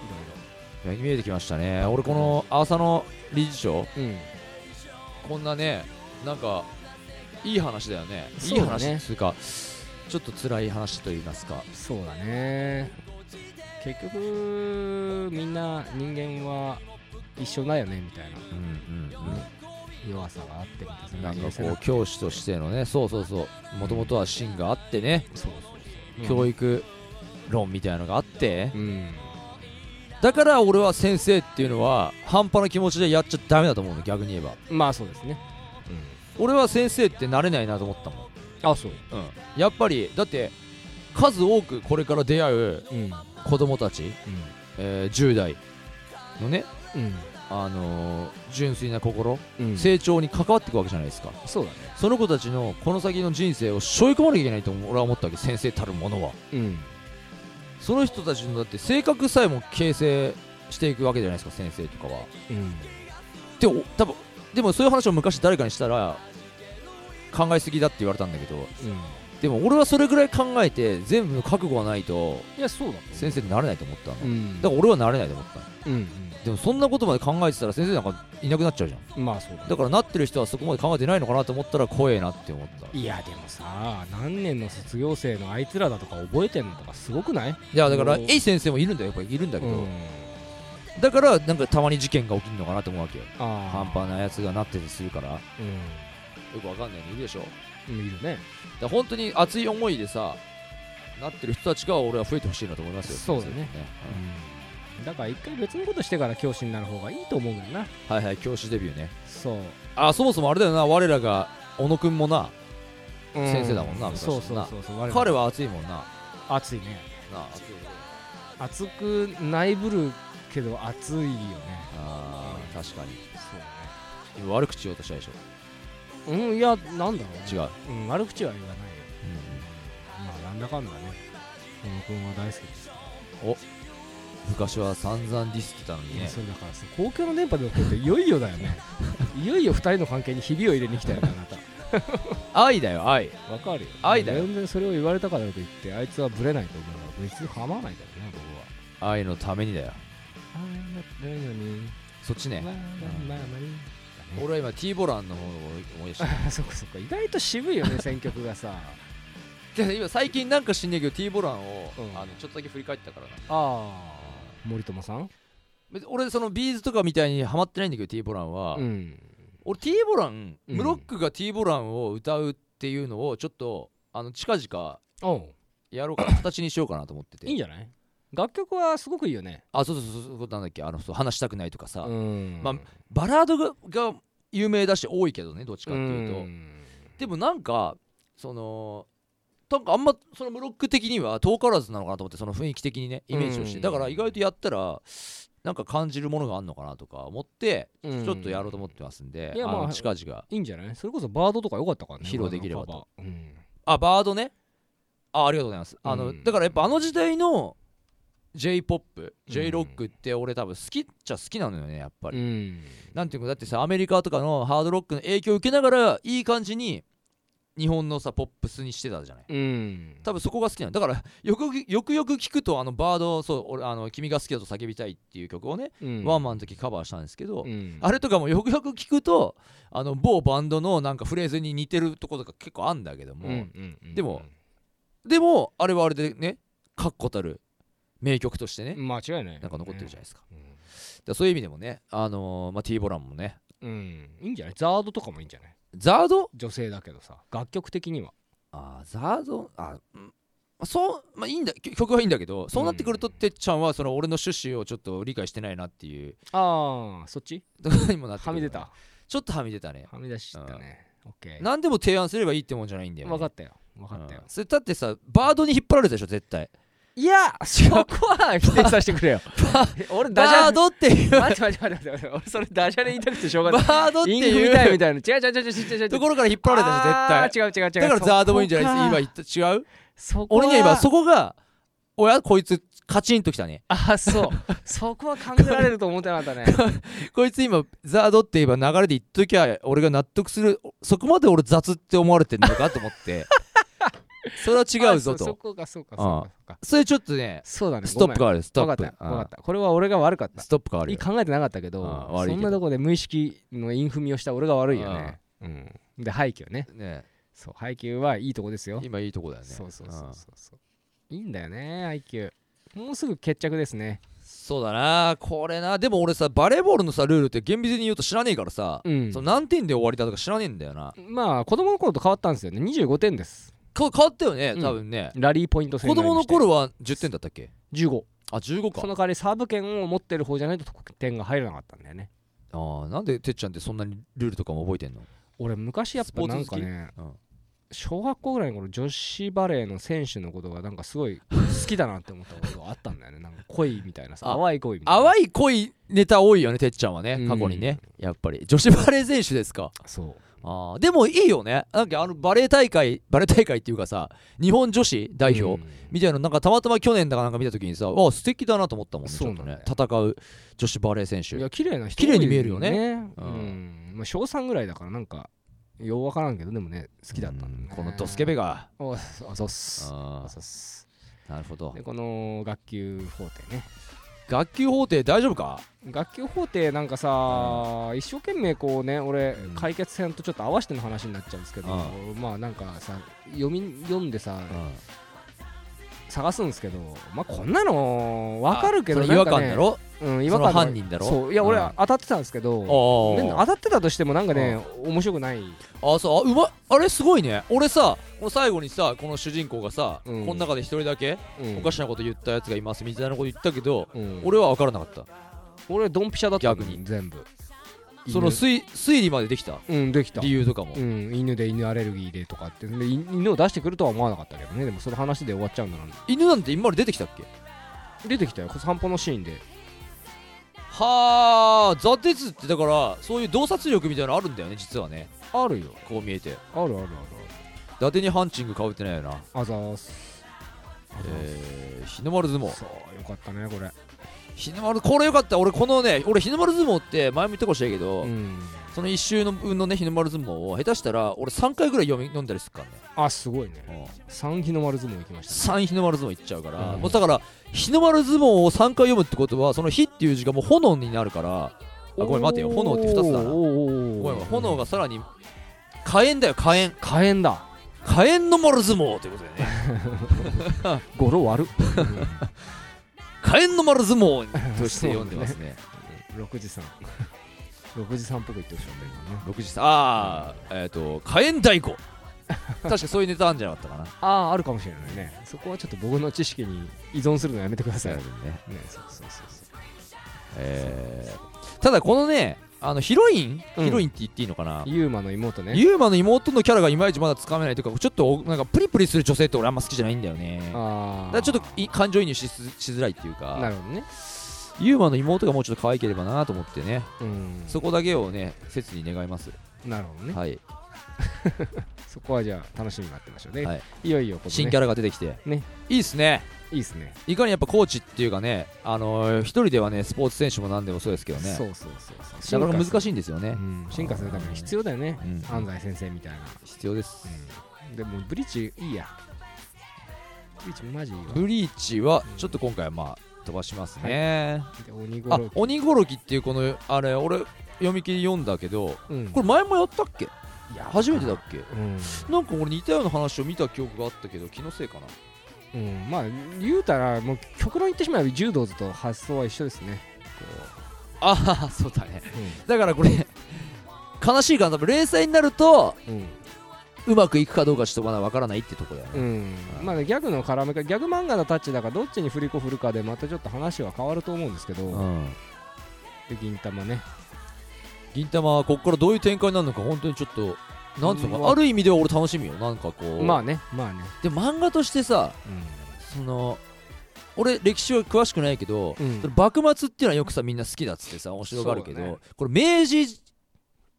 Speaker 4: い
Speaker 3: いや見えてきましたね俺この浅野理事長
Speaker 4: ろいろうん
Speaker 3: こんなねなんかいい話だよねい
Speaker 4: そ
Speaker 3: いう
Speaker 4: だ
Speaker 3: 話
Speaker 4: ね
Speaker 3: っていうかちょっと辛い話と言いますか
Speaker 4: そうだね結局みんな人間は一緒だよねみたいな
Speaker 3: うんう
Speaker 4: 弱さがあってみ
Speaker 3: な
Speaker 4: たい
Speaker 3: んか
Speaker 4: 許せ
Speaker 3: こう
Speaker 4: くて
Speaker 3: 教師としてのねそうそうそうもともとは芯があってね
Speaker 4: そうそうそう
Speaker 3: 教
Speaker 4: 育
Speaker 3: 育論みたいなのがあって
Speaker 4: うん
Speaker 3: だから俺は先生っていうのは半端な気持ちでやっちゃダメだと思うの逆に言えば
Speaker 4: まあそうですね
Speaker 3: 俺は先生ってなれないなと思ったもん
Speaker 4: うんあそう
Speaker 3: うん、やっぱりだって数多くこれから出会う
Speaker 4: うんうん
Speaker 3: 子供たち、えー10代のね、
Speaker 4: うん
Speaker 3: あのー純粋な心、
Speaker 4: うん
Speaker 3: 成長に関わっていくわけじゃないですか
Speaker 4: そうだね
Speaker 3: その子たちのこの先の人生を背負い込まなきゃいけないと俺は思ったわけ先生たるものは
Speaker 4: うん
Speaker 3: その人たちのだって性格さえも形成していくわけじゃないですか先生とかは
Speaker 4: うん
Speaker 3: でお多分でもそういう話を昔誰かにしたら考えすぎだって言われたんだけど
Speaker 4: うん
Speaker 3: でも俺はそれぐらい考えて全部覚悟がないと
Speaker 4: いやそうだ
Speaker 3: 先生になれないと思ったの、
Speaker 4: うん
Speaker 3: だから俺はなれないと思ったの
Speaker 4: うん
Speaker 3: でもそんなことまで考えてたら先生なんかいなくなっちゃうじゃん
Speaker 4: うんまあそうだ
Speaker 3: だからなってる人はそこまで考えてないのかなと思ったら怖えなって思ったい
Speaker 4: いやでもさ何年の卒業生のあいつらだとか覚えてんのとかすごくない
Speaker 3: やだから
Speaker 4: うん
Speaker 3: えい先生もいるんだよやっぱりいるんだ
Speaker 4: だ
Speaker 3: けど、だからなんかたまに事件が起きるのかなと思うわけよ
Speaker 4: ああ
Speaker 3: 半端なやつがなっててするからよ
Speaker 4: う
Speaker 3: くわかんないのいるでしょだか
Speaker 4: んうんいるね
Speaker 3: ら本当に熱い思いでさなってる人たちが俺は増えてほしいなと思いますよ
Speaker 4: そうだね
Speaker 3: 先生うん
Speaker 4: だから一回別のことしてから教師になる方がいいと思うんだよな
Speaker 3: はいはい教師デビューね
Speaker 4: そう
Speaker 3: あそもそもあれだよな我らが小野くんもな
Speaker 4: うん
Speaker 3: 先生だもんな昔
Speaker 4: そうそう
Speaker 3: な
Speaker 4: そうそう我々
Speaker 3: 彼は熱いもんなな
Speaker 4: 熱いね
Speaker 3: あ熱いよね
Speaker 4: 熱くないぶるけど熱いよね
Speaker 3: あー確かに
Speaker 4: そ
Speaker 3: 今悪口言おうとしたでしょ
Speaker 4: うねうんいやなんだろうね
Speaker 3: 違う、うん
Speaker 4: うん、悪口は言わないよまあなんだかんだね小野君は大好きです
Speaker 3: 昔は散々ディスってたのに
Speaker 4: いや
Speaker 3: ね
Speaker 4: それだからさ公共の電波で起きるっていよいよだよ ねいよいよ2人の関係にひびを入れに来たよねあなた
Speaker 3: 愛だよ愛
Speaker 4: わかるよ
Speaker 3: 愛だよ
Speaker 4: 全然それを言われたからといってあいつはブレないと思うから別に構わないだろうね
Speaker 3: 愛のためにだよ
Speaker 4: 僕はああなのに
Speaker 3: そっちね
Speaker 4: まあまあまあまあいいだね
Speaker 3: 俺は今 T ボランの方を思い出 した
Speaker 4: あそっかそっか意外と渋いよね選曲がさ
Speaker 3: で今最近なんか知んねえけど T ボランを、
Speaker 4: うん
Speaker 3: あのちょっとだけ振り返ったからな
Speaker 4: ああ森友さん
Speaker 3: 別に俺そのビーズとかみたいにハマってないんだけど T ボランは、
Speaker 4: うん
Speaker 3: 俺 T ボラン、
Speaker 4: うん
Speaker 3: ムロックが T ボランを歌うっていうのをちょっとあの近々
Speaker 4: おう
Speaker 3: やろうかな 形にしようかなと思ってて
Speaker 4: いいんじゃない楽曲はすごくいいよね
Speaker 3: あそうそうそうそうなんだっけあのそう話したくないとかさ、
Speaker 4: うん
Speaker 3: まあバラードがが有名だし多いけどねどっちかっていうと、
Speaker 4: ん
Speaker 3: でもなんかそのなんかあんまそのムロック的には遠からずなのかなと思ってその雰囲気的にねイメージをして、
Speaker 4: うん
Speaker 3: だから意外とやったらなんか感じるものがあるのかなとか思ってち
Speaker 4: うん
Speaker 3: ょっとやろうと思ってますんで、
Speaker 4: いや
Speaker 3: あ
Speaker 4: まあ
Speaker 3: の近々
Speaker 4: いいんじゃないそれこそバードとか良かったからね
Speaker 3: 披露できればと
Speaker 4: 俺のカバーうん
Speaker 3: あバードねあありがとうございますあの、
Speaker 4: うん
Speaker 3: だからやっぱあの時代の j p o p
Speaker 4: うん
Speaker 3: j ロックって俺多分好きっちゃ好きなのよねやっぱり、
Speaker 4: うん
Speaker 3: なんていうかだってさアメリカとかのハードロックの影響を受けながらいい感じに日本のさポップスにしてたじゃない
Speaker 4: うん
Speaker 3: 多分そこが好きなのだからよくよくよく聞くとあのバードそう俺あの君が好きだと叫びたいっていう曲をね、
Speaker 4: 分
Speaker 3: ワンマンの時カバーしたんですけど、
Speaker 4: うん
Speaker 3: あれとかもよくよく聞くとあの某バンドのなんかフレーズに似てるところとか結構あんだけども、
Speaker 4: うんうんうん
Speaker 3: でもでもあれはあれでね確固たる名曲としてね、
Speaker 4: 間違いない
Speaker 3: なんか残ってるじゃないですか,、
Speaker 4: ゃない
Speaker 3: そういう意味でもね、あのーまあ、T ボランもね
Speaker 4: うんいいんじゃないザードとかもいいんじゃない
Speaker 3: ザード
Speaker 4: 女性だけどさ楽曲的には
Speaker 3: あーザードあうんまあそうまあいいんだ曲曲はいいんだけどそうなってくると、てっちゃんはその俺の趣旨をちょっと理解してないなっていう
Speaker 4: ああそっち
Speaker 3: ところにもなってく
Speaker 4: は
Speaker 3: る
Speaker 4: み出た
Speaker 3: ちょっとはみ出たね
Speaker 4: はみ出しちゃったねオッケー
Speaker 3: 何でも提案すればいいってもんじゃないんだよ、ね、
Speaker 4: 分かったよ分かったよ
Speaker 3: うんそれだってさバードに引っ張られたでしょ絶対
Speaker 4: いやそこは否定させてくれよ 俺
Speaker 3: バ
Speaker 4: ダジャ
Speaker 3: ー
Speaker 4: レ
Speaker 3: ドっていう
Speaker 4: 待って待って待って待って俺それダジャレ言いたくてしょう
Speaker 3: バ
Speaker 4: がない
Speaker 3: ードって
Speaker 4: イングみたい
Speaker 3: い
Speaker 4: み
Speaker 3: う
Speaker 4: たいな違う違う違う違う違う違う
Speaker 3: ところから引っ張られたでしょ絶対
Speaker 4: あー違う違う違う
Speaker 3: だからザードもいいんじゃないです今言った違う
Speaker 4: すかそこ
Speaker 3: 俺には今
Speaker 4: は
Speaker 3: そこがおやこいつカチンときたね
Speaker 4: あそうそこは考えられると思ってなかったね
Speaker 3: こいつ今ザードって言えば流れで言っときゃ俺が納得するそこまで俺雑って思われてんのかと思って それは 違うぞ
Speaker 4: あそそ
Speaker 3: と
Speaker 4: こがそうか
Speaker 3: うん
Speaker 4: そうかそうか
Speaker 3: それちょっとね
Speaker 4: そうだね
Speaker 3: ストップ変
Speaker 4: ごめん
Speaker 3: わるストッ
Speaker 4: わ
Speaker 3: プ
Speaker 4: かったわかっ
Speaker 3: うん
Speaker 4: たこれは俺が悪かった
Speaker 3: ストップ変わる
Speaker 4: いい
Speaker 3: よ
Speaker 4: 考えてなかったけど
Speaker 3: あー悪いけど
Speaker 4: そんなとこで無意識のインフミをした俺が悪いよねうんで配給ね
Speaker 3: ね
Speaker 4: そう配給はいいとこですよ
Speaker 3: 今いいとこだよね
Speaker 4: そうそうそう
Speaker 3: うん
Speaker 4: そうそういいんだよね配給もうすぐ決着ですね
Speaker 3: そうだなこれなでも俺さバレーボールのさルールって厳密に言うと知らねえからさ、
Speaker 4: うん
Speaker 3: その何点で終わりだとか知らねえんだよな
Speaker 4: まあ子供の頃と変わったんですよね25点です
Speaker 3: こ変わったよね
Speaker 4: うん
Speaker 3: 多分ね、
Speaker 4: ラリーポイント制
Speaker 3: 子
Speaker 4: になり
Speaker 3: 供
Speaker 4: ま
Speaker 3: の
Speaker 4: して
Speaker 3: 頃は10点だったっけ
Speaker 4: 15
Speaker 3: あ15か
Speaker 4: その代わりサーブ権を持ってる方じゃないと得点が入らなかったんだよね
Speaker 3: あーなんでてっちゃんってそんなにルールとかも覚えてんの
Speaker 4: 俺昔やっぱなんか
Speaker 3: ス
Speaker 4: ね、
Speaker 3: 好きうん
Speaker 4: 小学校ぐらいの頃女子バレーの選手のことがなんかすごい好きだなって思ったことがあったんだよねなんか恋みたいなさ
Speaker 3: あ
Speaker 4: 淡い恋みたいな
Speaker 3: 淡い恋ネタ多いよねてっちゃんはね
Speaker 4: うん
Speaker 3: 過去にね、やっぱり女子バレー選手ですか
Speaker 4: そう
Speaker 3: あーでもいいよねなんかあのバレー大会バレー大会っていうかさ日本女子代表、
Speaker 4: うん
Speaker 3: みたいななんかたまたま去年だかなんか見た時にさあ素敵だなと思ったもんねち
Speaker 4: そう
Speaker 3: ょっ
Speaker 4: なん
Speaker 3: と
Speaker 4: だよ
Speaker 3: ね戦う女子バレー選手
Speaker 4: いや綺麗な人
Speaker 3: 綺麗に見えるよね
Speaker 4: 多いねうん
Speaker 3: う
Speaker 4: まあ、小3ぐらいだからなんかようわからんけどでもね好きだったんだね
Speaker 3: このドスケベが
Speaker 4: おそうそうっす
Speaker 3: あ
Speaker 4: そうっす
Speaker 3: ーなるほど
Speaker 4: でこの学級法廷ね
Speaker 3: 学級法廷大丈夫か
Speaker 4: 学級法廷なんかさ、一生懸命こうね俺、
Speaker 3: うん
Speaker 4: 解決編とちょっと合わせての話になっちゃうんですけど、
Speaker 3: あ
Speaker 4: まあなんかさ読み読んでさ、
Speaker 3: う
Speaker 4: 探すんですけどまあこんなのわかるけど
Speaker 3: それ違和
Speaker 4: なんか
Speaker 3: 感
Speaker 4: ね
Speaker 3: だろ
Speaker 4: うん、違和感
Speaker 3: その犯人だろ
Speaker 4: そういや俺、
Speaker 3: うん
Speaker 4: 当たってたんですけど
Speaker 3: あー
Speaker 4: でも当たってたとしてもなんかね、面白くない
Speaker 3: あそうあうまあれすごいね俺さもう最後にさこの主人公がさ、
Speaker 4: うん
Speaker 3: この中で一人だけ
Speaker 4: うん
Speaker 3: おかしなこと言ったやつがいますみたいなこと言ったけど、
Speaker 4: うん
Speaker 3: 俺は分からなかった
Speaker 4: 俺ドンピシャだったの
Speaker 3: 逆に
Speaker 4: 全部
Speaker 3: その推推理までできた
Speaker 4: 犬うんできた
Speaker 3: 理由とかも、
Speaker 4: うん、犬で犬アレルギーでとかってでい犬を出してくるとは思わなかったけどねでもその話で終わっちゃうんだな
Speaker 3: 犬なんて今まで出てきたっけ
Speaker 4: 出てきたよ散歩のシーンで
Speaker 3: はあザ・デズってだからそういう洞察力みたいなのあるんだよね実はね
Speaker 4: あるよ
Speaker 3: こう見えて伊
Speaker 4: あるあるある
Speaker 3: 達にハンチング被ってないよな
Speaker 4: あざーすあざーす
Speaker 3: えー、日の丸相撲
Speaker 4: そうよかったねこれ
Speaker 3: 日の丸これよかった俺このね俺日の丸相撲って前も言ったかもしれんけど、
Speaker 4: うん
Speaker 3: その一周の分のね日の丸相撲を下手したら俺3回ぐらい読み飲んだりするからね
Speaker 4: あすごいね三日の丸相撲行きましたね
Speaker 3: 3日の丸相撲いっちゃうから、
Speaker 4: うん
Speaker 3: もうだから日の丸相撲を3回読むってことはその「火」っていう字がもう炎になるからあごめん待てよ炎って2つだなご
Speaker 4: ご
Speaker 3: めん炎がさらに火炎だよ火炎
Speaker 4: 火炎だ
Speaker 3: 火炎の丸相撲ということで ね
Speaker 4: 語 呂悪っ
Speaker 3: 火炎の丸相撲として読んでますね
Speaker 4: 六時さん六時さんっぽく言ってほしかった今ね
Speaker 3: 6時ああえっ、と火炎太鼓確かそういうネタあんじゃなかったかな
Speaker 4: あああるかもしれないねそこはちょっと僕の知識に依存するのやめてくださいね そうそうそうそう
Speaker 3: えーただこのねあのヒロイン
Speaker 4: うん
Speaker 3: ヒロインって言っていいのかな、
Speaker 4: ユーマの妹ね
Speaker 3: ユーマの妹のキャラがいまいちまだつかめないというかちょっとなんかプリプリする女性って俺あんま好きじゃないんだよねだか
Speaker 4: ああ
Speaker 3: らちょっとい感情移入しすしづらいっていう
Speaker 4: な
Speaker 3: か
Speaker 4: るほどね
Speaker 3: ユーマの妹がもうちょっと可愛ければなと思ってね
Speaker 4: うん
Speaker 3: そこだけをね切に願います
Speaker 4: なるほどね
Speaker 3: はい
Speaker 4: そこはじゃあ楽しみになってましょうね
Speaker 3: はい
Speaker 4: いよいよこのね
Speaker 3: 新キャラが出てきて
Speaker 4: ね
Speaker 3: いいっすね
Speaker 4: いいですね
Speaker 3: いかにやっぱコーチっていうかねあのー一人ではねスポーツ選手も何でもそうですけどね
Speaker 4: そうそうそうそう
Speaker 3: なかなか難し
Speaker 4: い
Speaker 3: いんですよね
Speaker 4: 進化するために必要だよね
Speaker 3: うん
Speaker 4: 安西先生みたいな
Speaker 3: 必要です
Speaker 4: うんでもブリッジいいやブリッジマジいいわ
Speaker 3: ブリーチはちょっと今回はまあ飛ばしますね、
Speaker 4: で鬼ご
Speaker 3: あ
Speaker 4: ろ
Speaker 3: 鬼ごろきっていうこのあれ俺読み切り読んだけど
Speaker 4: うん
Speaker 3: これ前もやったっけ
Speaker 4: いや
Speaker 3: 初めてだっけ
Speaker 4: うん、
Speaker 3: なんか俺似たような話を見た記憶があったけど気のせいかな
Speaker 4: うん、まあ言うたらもう極論言ってしまえば柔道と発想は一緒ですね
Speaker 3: ああそうだねだからこれ悲しいから多分連載になると
Speaker 4: うんうん、
Speaker 3: うまくいくかどうかちょっとまだわからないってとこや
Speaker 4: う
Speaker 3: ね、
Speaker 4: ん、まあギャグの絡めかギャグ漫画のタッチだからどっちに振り子振るかでまたちょっと話は変わると思うんですけど、
Speaker 3: うん
Speaker 4: で銀玉ね
Speaker 3: 銀玉はここからどういう展開になるのか本当にちょっとなんつうのか
Speaker 4: うん
Speaker 3: なある意味では俺楽しみよなんかこう
Speaker 4: まあねまあね
Speaker 3: で漫画としてさその俺歴史は詳しくないけど、
Speaker 4: うん
Speaker 3: その幕末っていうのはよくさみんな好きだっつってさ面白がるけど、
Speaker 4: そうだね
Speaker 3: これ明治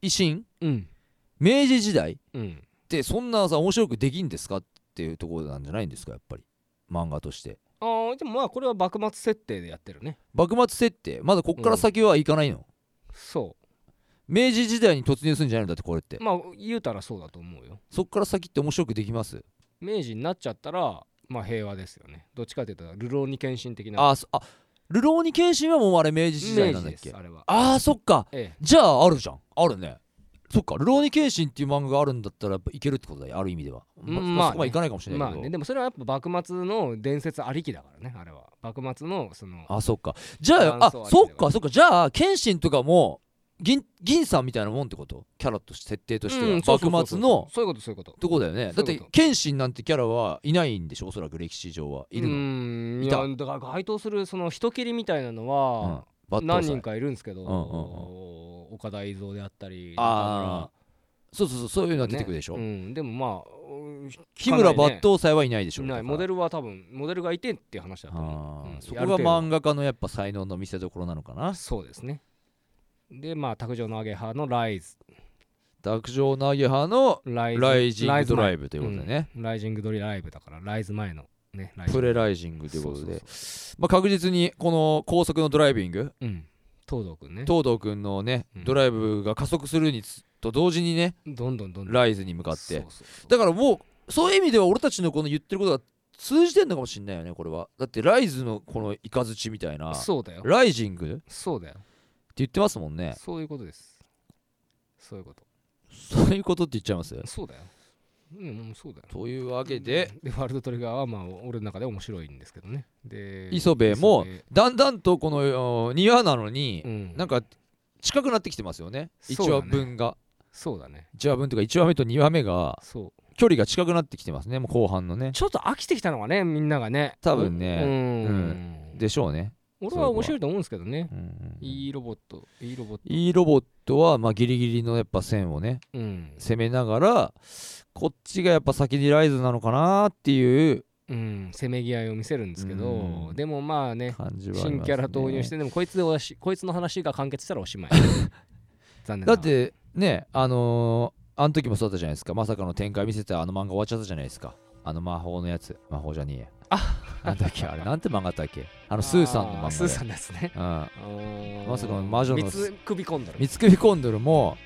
Speaker 3: 維新
Speaker 4: うん
Speaker 3: 明治時代っ
Speaker 4: うん
Speaker 3: てそんなさ面白くできんですかっていうところなんじゃないんですかやっぱり漫画として
Speaker 4: あーでもまあこれは幕末設定でやってるね
Speaker 3: 幕末設定まだこっから先はいかないの、
Speaker 4: そ
Speaker 3: 明治時代に突入するんじゃないのだってこれって
Speaker 4: うまあ言うたらそうだと思うよ
Speaker 3: そっから先って面白くできます
Speaker 4: 明治になっちゃったらまあ平和ですよねどっちかというと流浪に献身的な
Speaker 3: あそあ流浪に謙信はもうあれ明治時代な
Speaker 4: 明
Speaker 3: ん
Speaker 4: 治
Speaker 3: だっ
Speaker 4: で
Speaker 3: け
Speaker 4: すあれは
Speaker 3: あーそっか
Speaker 4: ええ
Speaker 3: じゃああるじゃんあるねそっか「ルローニケンシン」っていう漫画があるんだったらやっぱいけるってことだよある意味では
Speaker 4: うん
Speaker 3: ま
Speaker 4: まあね
Speaker 3: そこまでいかないかもしれな
Speaker 4: ま
Speaker 3: い
Speaker 4: あ
Speaker 3: けど、
Speaker 4: ねでもそれはやっぱ幕末の伝説ありきだからねあれは幕末のその
Speaker 3: あそっかじゃあ
Speaker 4: 感
Speaker 3: あ
Speaker 4: 想あり
Speaker 3: そっ
Speaker 4: では
Speaker 3: かそっかじゃあケンシンとかも銀銀さんみたいなもんってことキャラとして設定としては、
Speaker 4: うんそうそうそう
Speaker 3: 幕末の
Speaker 4: そういうことそういうこと
Speaker 3: とこだよね
Speaker 4: そ
Speaker 3: だ
Speaker 4: う
Speaker 3: っ
Speaker 4: い
Speaker 3: て
Speaker 4: うこと
Speaker 3: ケンシンなんてキャラはいないんでしょおそらく歴史上はいる
Speaker 4: う
Speaker 3: の、
Speaker 4: ーんい
Speaker 3: いた
Speaker 4: やだから該当するその人斬りみたいなの
Speaker 3: うん
Speaker 4: は
Speaker 3: 抜刀
Speaker 4: 何
Speaker 3: 斎
Speaker 4: 人かいるんですけど、
Speaker 3: うんうんうん
Speaker 4: 岡田伊蔵であったり
Speaker 3: ああそうそうそうそういうの
Speaker 4: だ
Speaker 3: は
Speaker 4: か
Speaker 3: 出
Speaker 4: ら
Speaker 3: てくるでしょ、
Speaker 4: ねうん、でもまあうん
Speaker 3: 日村
Speaker 4: か
Speaker 3: 抜
Speaker 4: なりね
Speaker 3: 刀斎はいないでしょ
Speaker 4: いない
Speaker 3: だから
Speaker 4: モデルは多分モデルがいてっていう話だと
Speaker 3: あ
Speaker 4: 思う、
Speaker 3: ー
Speaker 4: うん
Speaker 3: そ
Speaker 4: や
Speaker 3: こ
Speaker 4: る
Speaker 3: が
Speaker 4: 程度
Speaker 3: 漫画家のやっぱ才能の見せ所なのかな
Speaker 4: そうですねでまあ卓上のアゲハのライズ
Speaker 3: 卓上投げ派の
Speaker 4: ライズ
Speaker 3: ライジングドライ
Speaker 4: ブ
Speaker 3: ブということでね、
Speaker 4: ライジングドリライブだからライズ前のねライジン
Speaker 3: プ
Speaker 4: グ
Speaker 3: レライジングということで
Speaker 4: そ
Speaker 3: まあ、確実にこの高速のドライビング
Speaker 4: うん東堂くんね
Speaker 3: 東堂君のね、
Speaker 4: うん
Speaker 3: ドライブが加速するにつと同時にね
Speaker 4: どんどんどんどん
Speaker 3: ライズに向かって
Speaker 4: そうそうそう
Speaker 3: だからもうそういう意味では俺たちのこの言ってることが通じてんのかもしんないよねこれはだってライズのこのイカズチみたいな
Speaker 4: そうだよ
Speaker 3: ライジングって
Speaker 4: そうだよ
Speaker 3: 言ってますもんね
Speaker 4: そういうことですそういうこと
Speaker 3: そういうことって言っちゃいます
Speaker 4: そうだようんうんそうだよ
Speaker 3: というわけで
Speaker 4: でワールドトリガーはまあ俺の中で面白いんですけどねで
Speaker 3: 磯部も
Speaker 4: 磯
Speaker 3: だんだんとこの2話なのに
Speaker 4: 部うん
Speaker 3: なんか近くなってきてますよね1
Speaker 4: そうだ
Speaker 3: 話
Speaker 4: ね
Speaker 3: 分が
Speaker 4: そうだね
Speaker 3: 1話分というか1話目と2話目が
Speaker 4: そう
Speaker 3: 距離が近くなってきてますねもう後半のね
Speaker 4: ちょっと飽きてきたのがねみんながね
Speaker 3: 多分ね
Speaker 4: うん、
Speaker 3: でしょうね、
Speaker 4: 俺は面白いと思うんですけどね
Speaker 3: うんうんうん
Speaker 4: いいロボットいいロボット
Speaker 3: いいロボットは、まあ、ギリギリのやっぱ線をね
Speaker 4: うん、
Speaker 3: 攻めながらこっちがやっぱ先にライズなのかなっていう
Speaker 4: うん、せめぎ合いを見せるんですけど、
Speaker 3: うん
Speaker 4: でもまあね
Speaker 3: 感じはあります、ね、
Speaker 4: 新キャラ投入してでもこいつで おしこいつの話が完結したらおしまい残念な
Speaker 3: だってねあのーあの時もそうだったじゃないですかまさかの展開見せたあの漫画終わっちゃったじゃないですかあの魔法のやつ魔法じゃねえやあなんだっけあれなんて漫画だったっけあのスーさんの漫
Speaker 4: あ
Speaker 3: 画
Speaker 4: スーさんですね
Speaker 3: ん、ま
Speaker 4: ま
Speaker 3: さかの魔女の
Speaker 4: 三つ首込んだ
Speaker 3: うん、三つ首コンドルも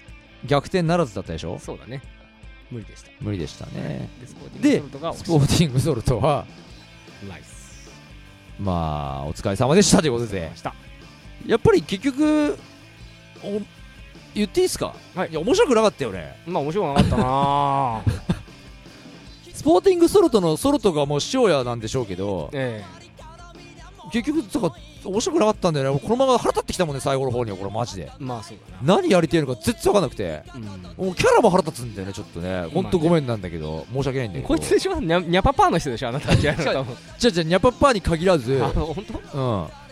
Speaker 3: 逆転ならずだったでしょ
Speaker 4: そうだね無理でした
Speaker 3: 無理でしたね
Speaker 4: でスポーティン
Speaker 3: で
Speaker 4: グソルトが
Speaker 3: スポーティングソルトは
Speaker 4: ライス
Speaker 3: まあお疲れ様でしたということで
Speaker 4: ました
Speaker 3: やっぱり結局お言っていいですか、
Speaker 4: はい
Speaker 3: や面白くなかったよね
Speaker 4: まあ面白くなかったな
Speaker 3: スポーティングソルトのソルトがもう塩屋なんでしょうけど
Speaker 4: え
Speaker 3: 結局とか面白くなかったんだよねこのまま腹立ってきたもんね最後の方にはこれマジで
Speaker 4: えまあそうだな
Speaker 3: 何やりてえのか全然分かんなくて
Speaker 4: うん
Speaker 3: もうキャラも腹立つんだよねちょっとねほんとごめんなんだけど申し訳ないんだけど
Speaker 4: こいつでしょにゃにゃぱぱーの人でしょあ なた違う
Speaker 3: 違う
Speaker 4: 多分
Speaker 3: じゃじゃニャパッパーに限ら ず、う
Speaker 4: あ本
Speaker 3: ん、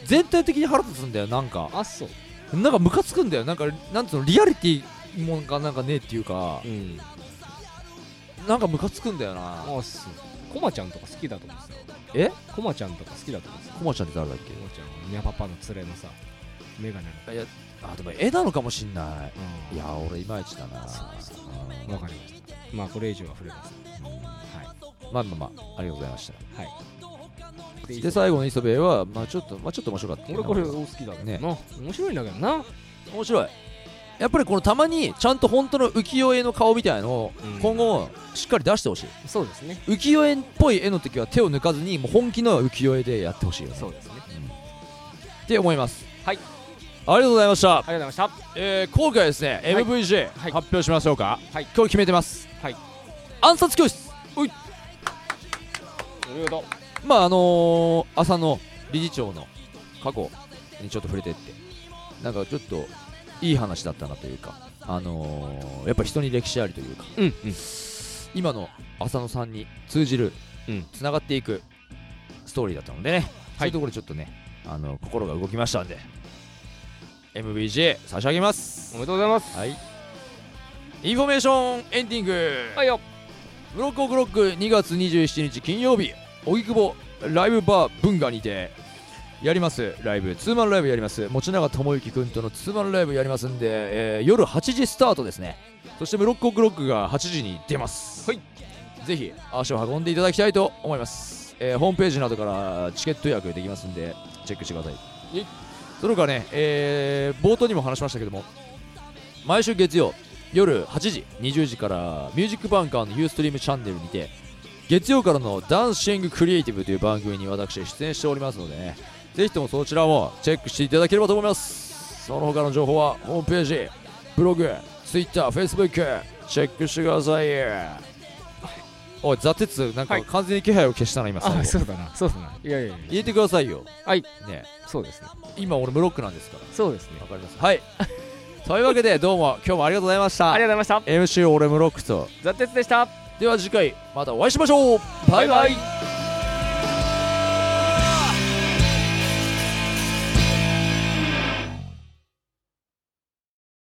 Speaker 3: 全体的に腹立つんだよなんか
Speaker 4: 当あそう
Speaker 3: なんかムカつくんだよなんかなんつうのリアリティもんがなんかねえっていうか
Speaker 4: うん
Speaker 3: なんかムカつくんだよな
Speaker 4: あそうコマちゃんとか好きだと思うんですよ
Speaker 3: え
Speaker 4: コマちゃんとか好きだと思うんですよ
Speaker 3: コマちゃんって誰だっけ
Speaker 4: コマちゃんはにゃぱぱーの連れのさメガネの
Speaker 3: あでも絵なのかもしんな
Speaker 4: うん
Speaker 3: いいや俺いまいちだなうん
Speaker 4: わかりましたまあこれ以上は触れませんはい
Speaker 3: まあまあまあありがとうございました
Speaker 4: はい
Speaker 3: で最後の磯部は、まあ、ちょっと、まあ、ちょっと面白かった
Speaker 4: 俺これ好きだ
Speaker 3: ね
Speaker 4: ねな面白いんだけどなうん
Speaker 3: 面白いやっぱりこのたまにちゃんと本当の浮世絵の顔みたいなのを
Speaker 4: うん
Speaker 3: 今後しっかり出してほしい、
Speaker 4: そうですね
Speaker 3: 浮世絵っぽい絵の時は手を抜かずにもう本気の浮世絵でやってほしいよね
Speaker 4: そうですね
Speaker 3: って思います
Speaker 4: はい
Speaker 3: ありがとうございました、
Speaker 4: ありがとうございまし
Speaker 3: えー今回はですね、
Speaker 4: い
Speaker 3: MVJ、
Speaker 4: はい
Speaker 3: 発表しましょうか、
Speaker 4: はい
Speaker 3: 今日決めてます、
Speaker 4: はい
Speaker 3: 暗殺教室
Speaker 4: たおめでとう
Speaker 3: まああのー浅野理事長の過去にちょっと触れてってなんかちょっといい話だったなというかあのーやっぱ人に歴史ありというか
Speaker 4: うんうん
Speaker 3: 今の浅野さんに通じる
Speaker 4: うん
Speaker 3: つながっていくストーリーだったのでね、そう
Speaker 4: はいいう
Speaker 3: ところでちょっとねあの心が動きましたんで MVJ 差し上げます
Speaker 4: おめでとうございます
Speaker 3: はいインフォメーションエンディング、
Speaker 4: はいよ
Speaker 3: ブロックオクロック2月27日金曜日荻窪ライブバー文化にてやりますライブツーマンライブやります持永智之君とのツーマンライブやりますんで、えー夜8時スタートですねそしてブロックオクロックが8時に出ますはいぜひ足を運んでいただきたいと思います、えーホームページなどからチケット予約できますんでチェックしてください
Speaker 4: い
Speaker 3: それからね、えー冒頭にも話しましたけども毎週月曜夜8時20時からミュージックバンカーの Ustream チャンネルにて月曜からのダンシングクリエイティブという番組に私出演しておりますのでねぜひともそちらもチェックしていただければと思いますその他の情報はホームページブログ TwitterFacebook チェックしてくださいおいザ・テツなん
Speaker 4: は
Speaker 3: か
Speaker 4: い
Speaker 3: 完全に気配を消したな今最後
Speaker 4: あそうだなそうだないやいやいや
Speaker 3: 入れてくださいよ
Speaker 4: はい
Speaker 3: ね
Speaker 4: そうですね
Speaker 3: 今俺ブロックなんですから
Speaker 4: そうですね
Speaker 3: わかりますはいというわけでどうも今日もありがとうございました
Speaker 4: ありがとうございまし
Speaker 3: MC 俺ムロックと
Speaker 4: たザ・テツでした
Speaker 3: では次回またお会いしましょうバイバイ
Speaker 4: イ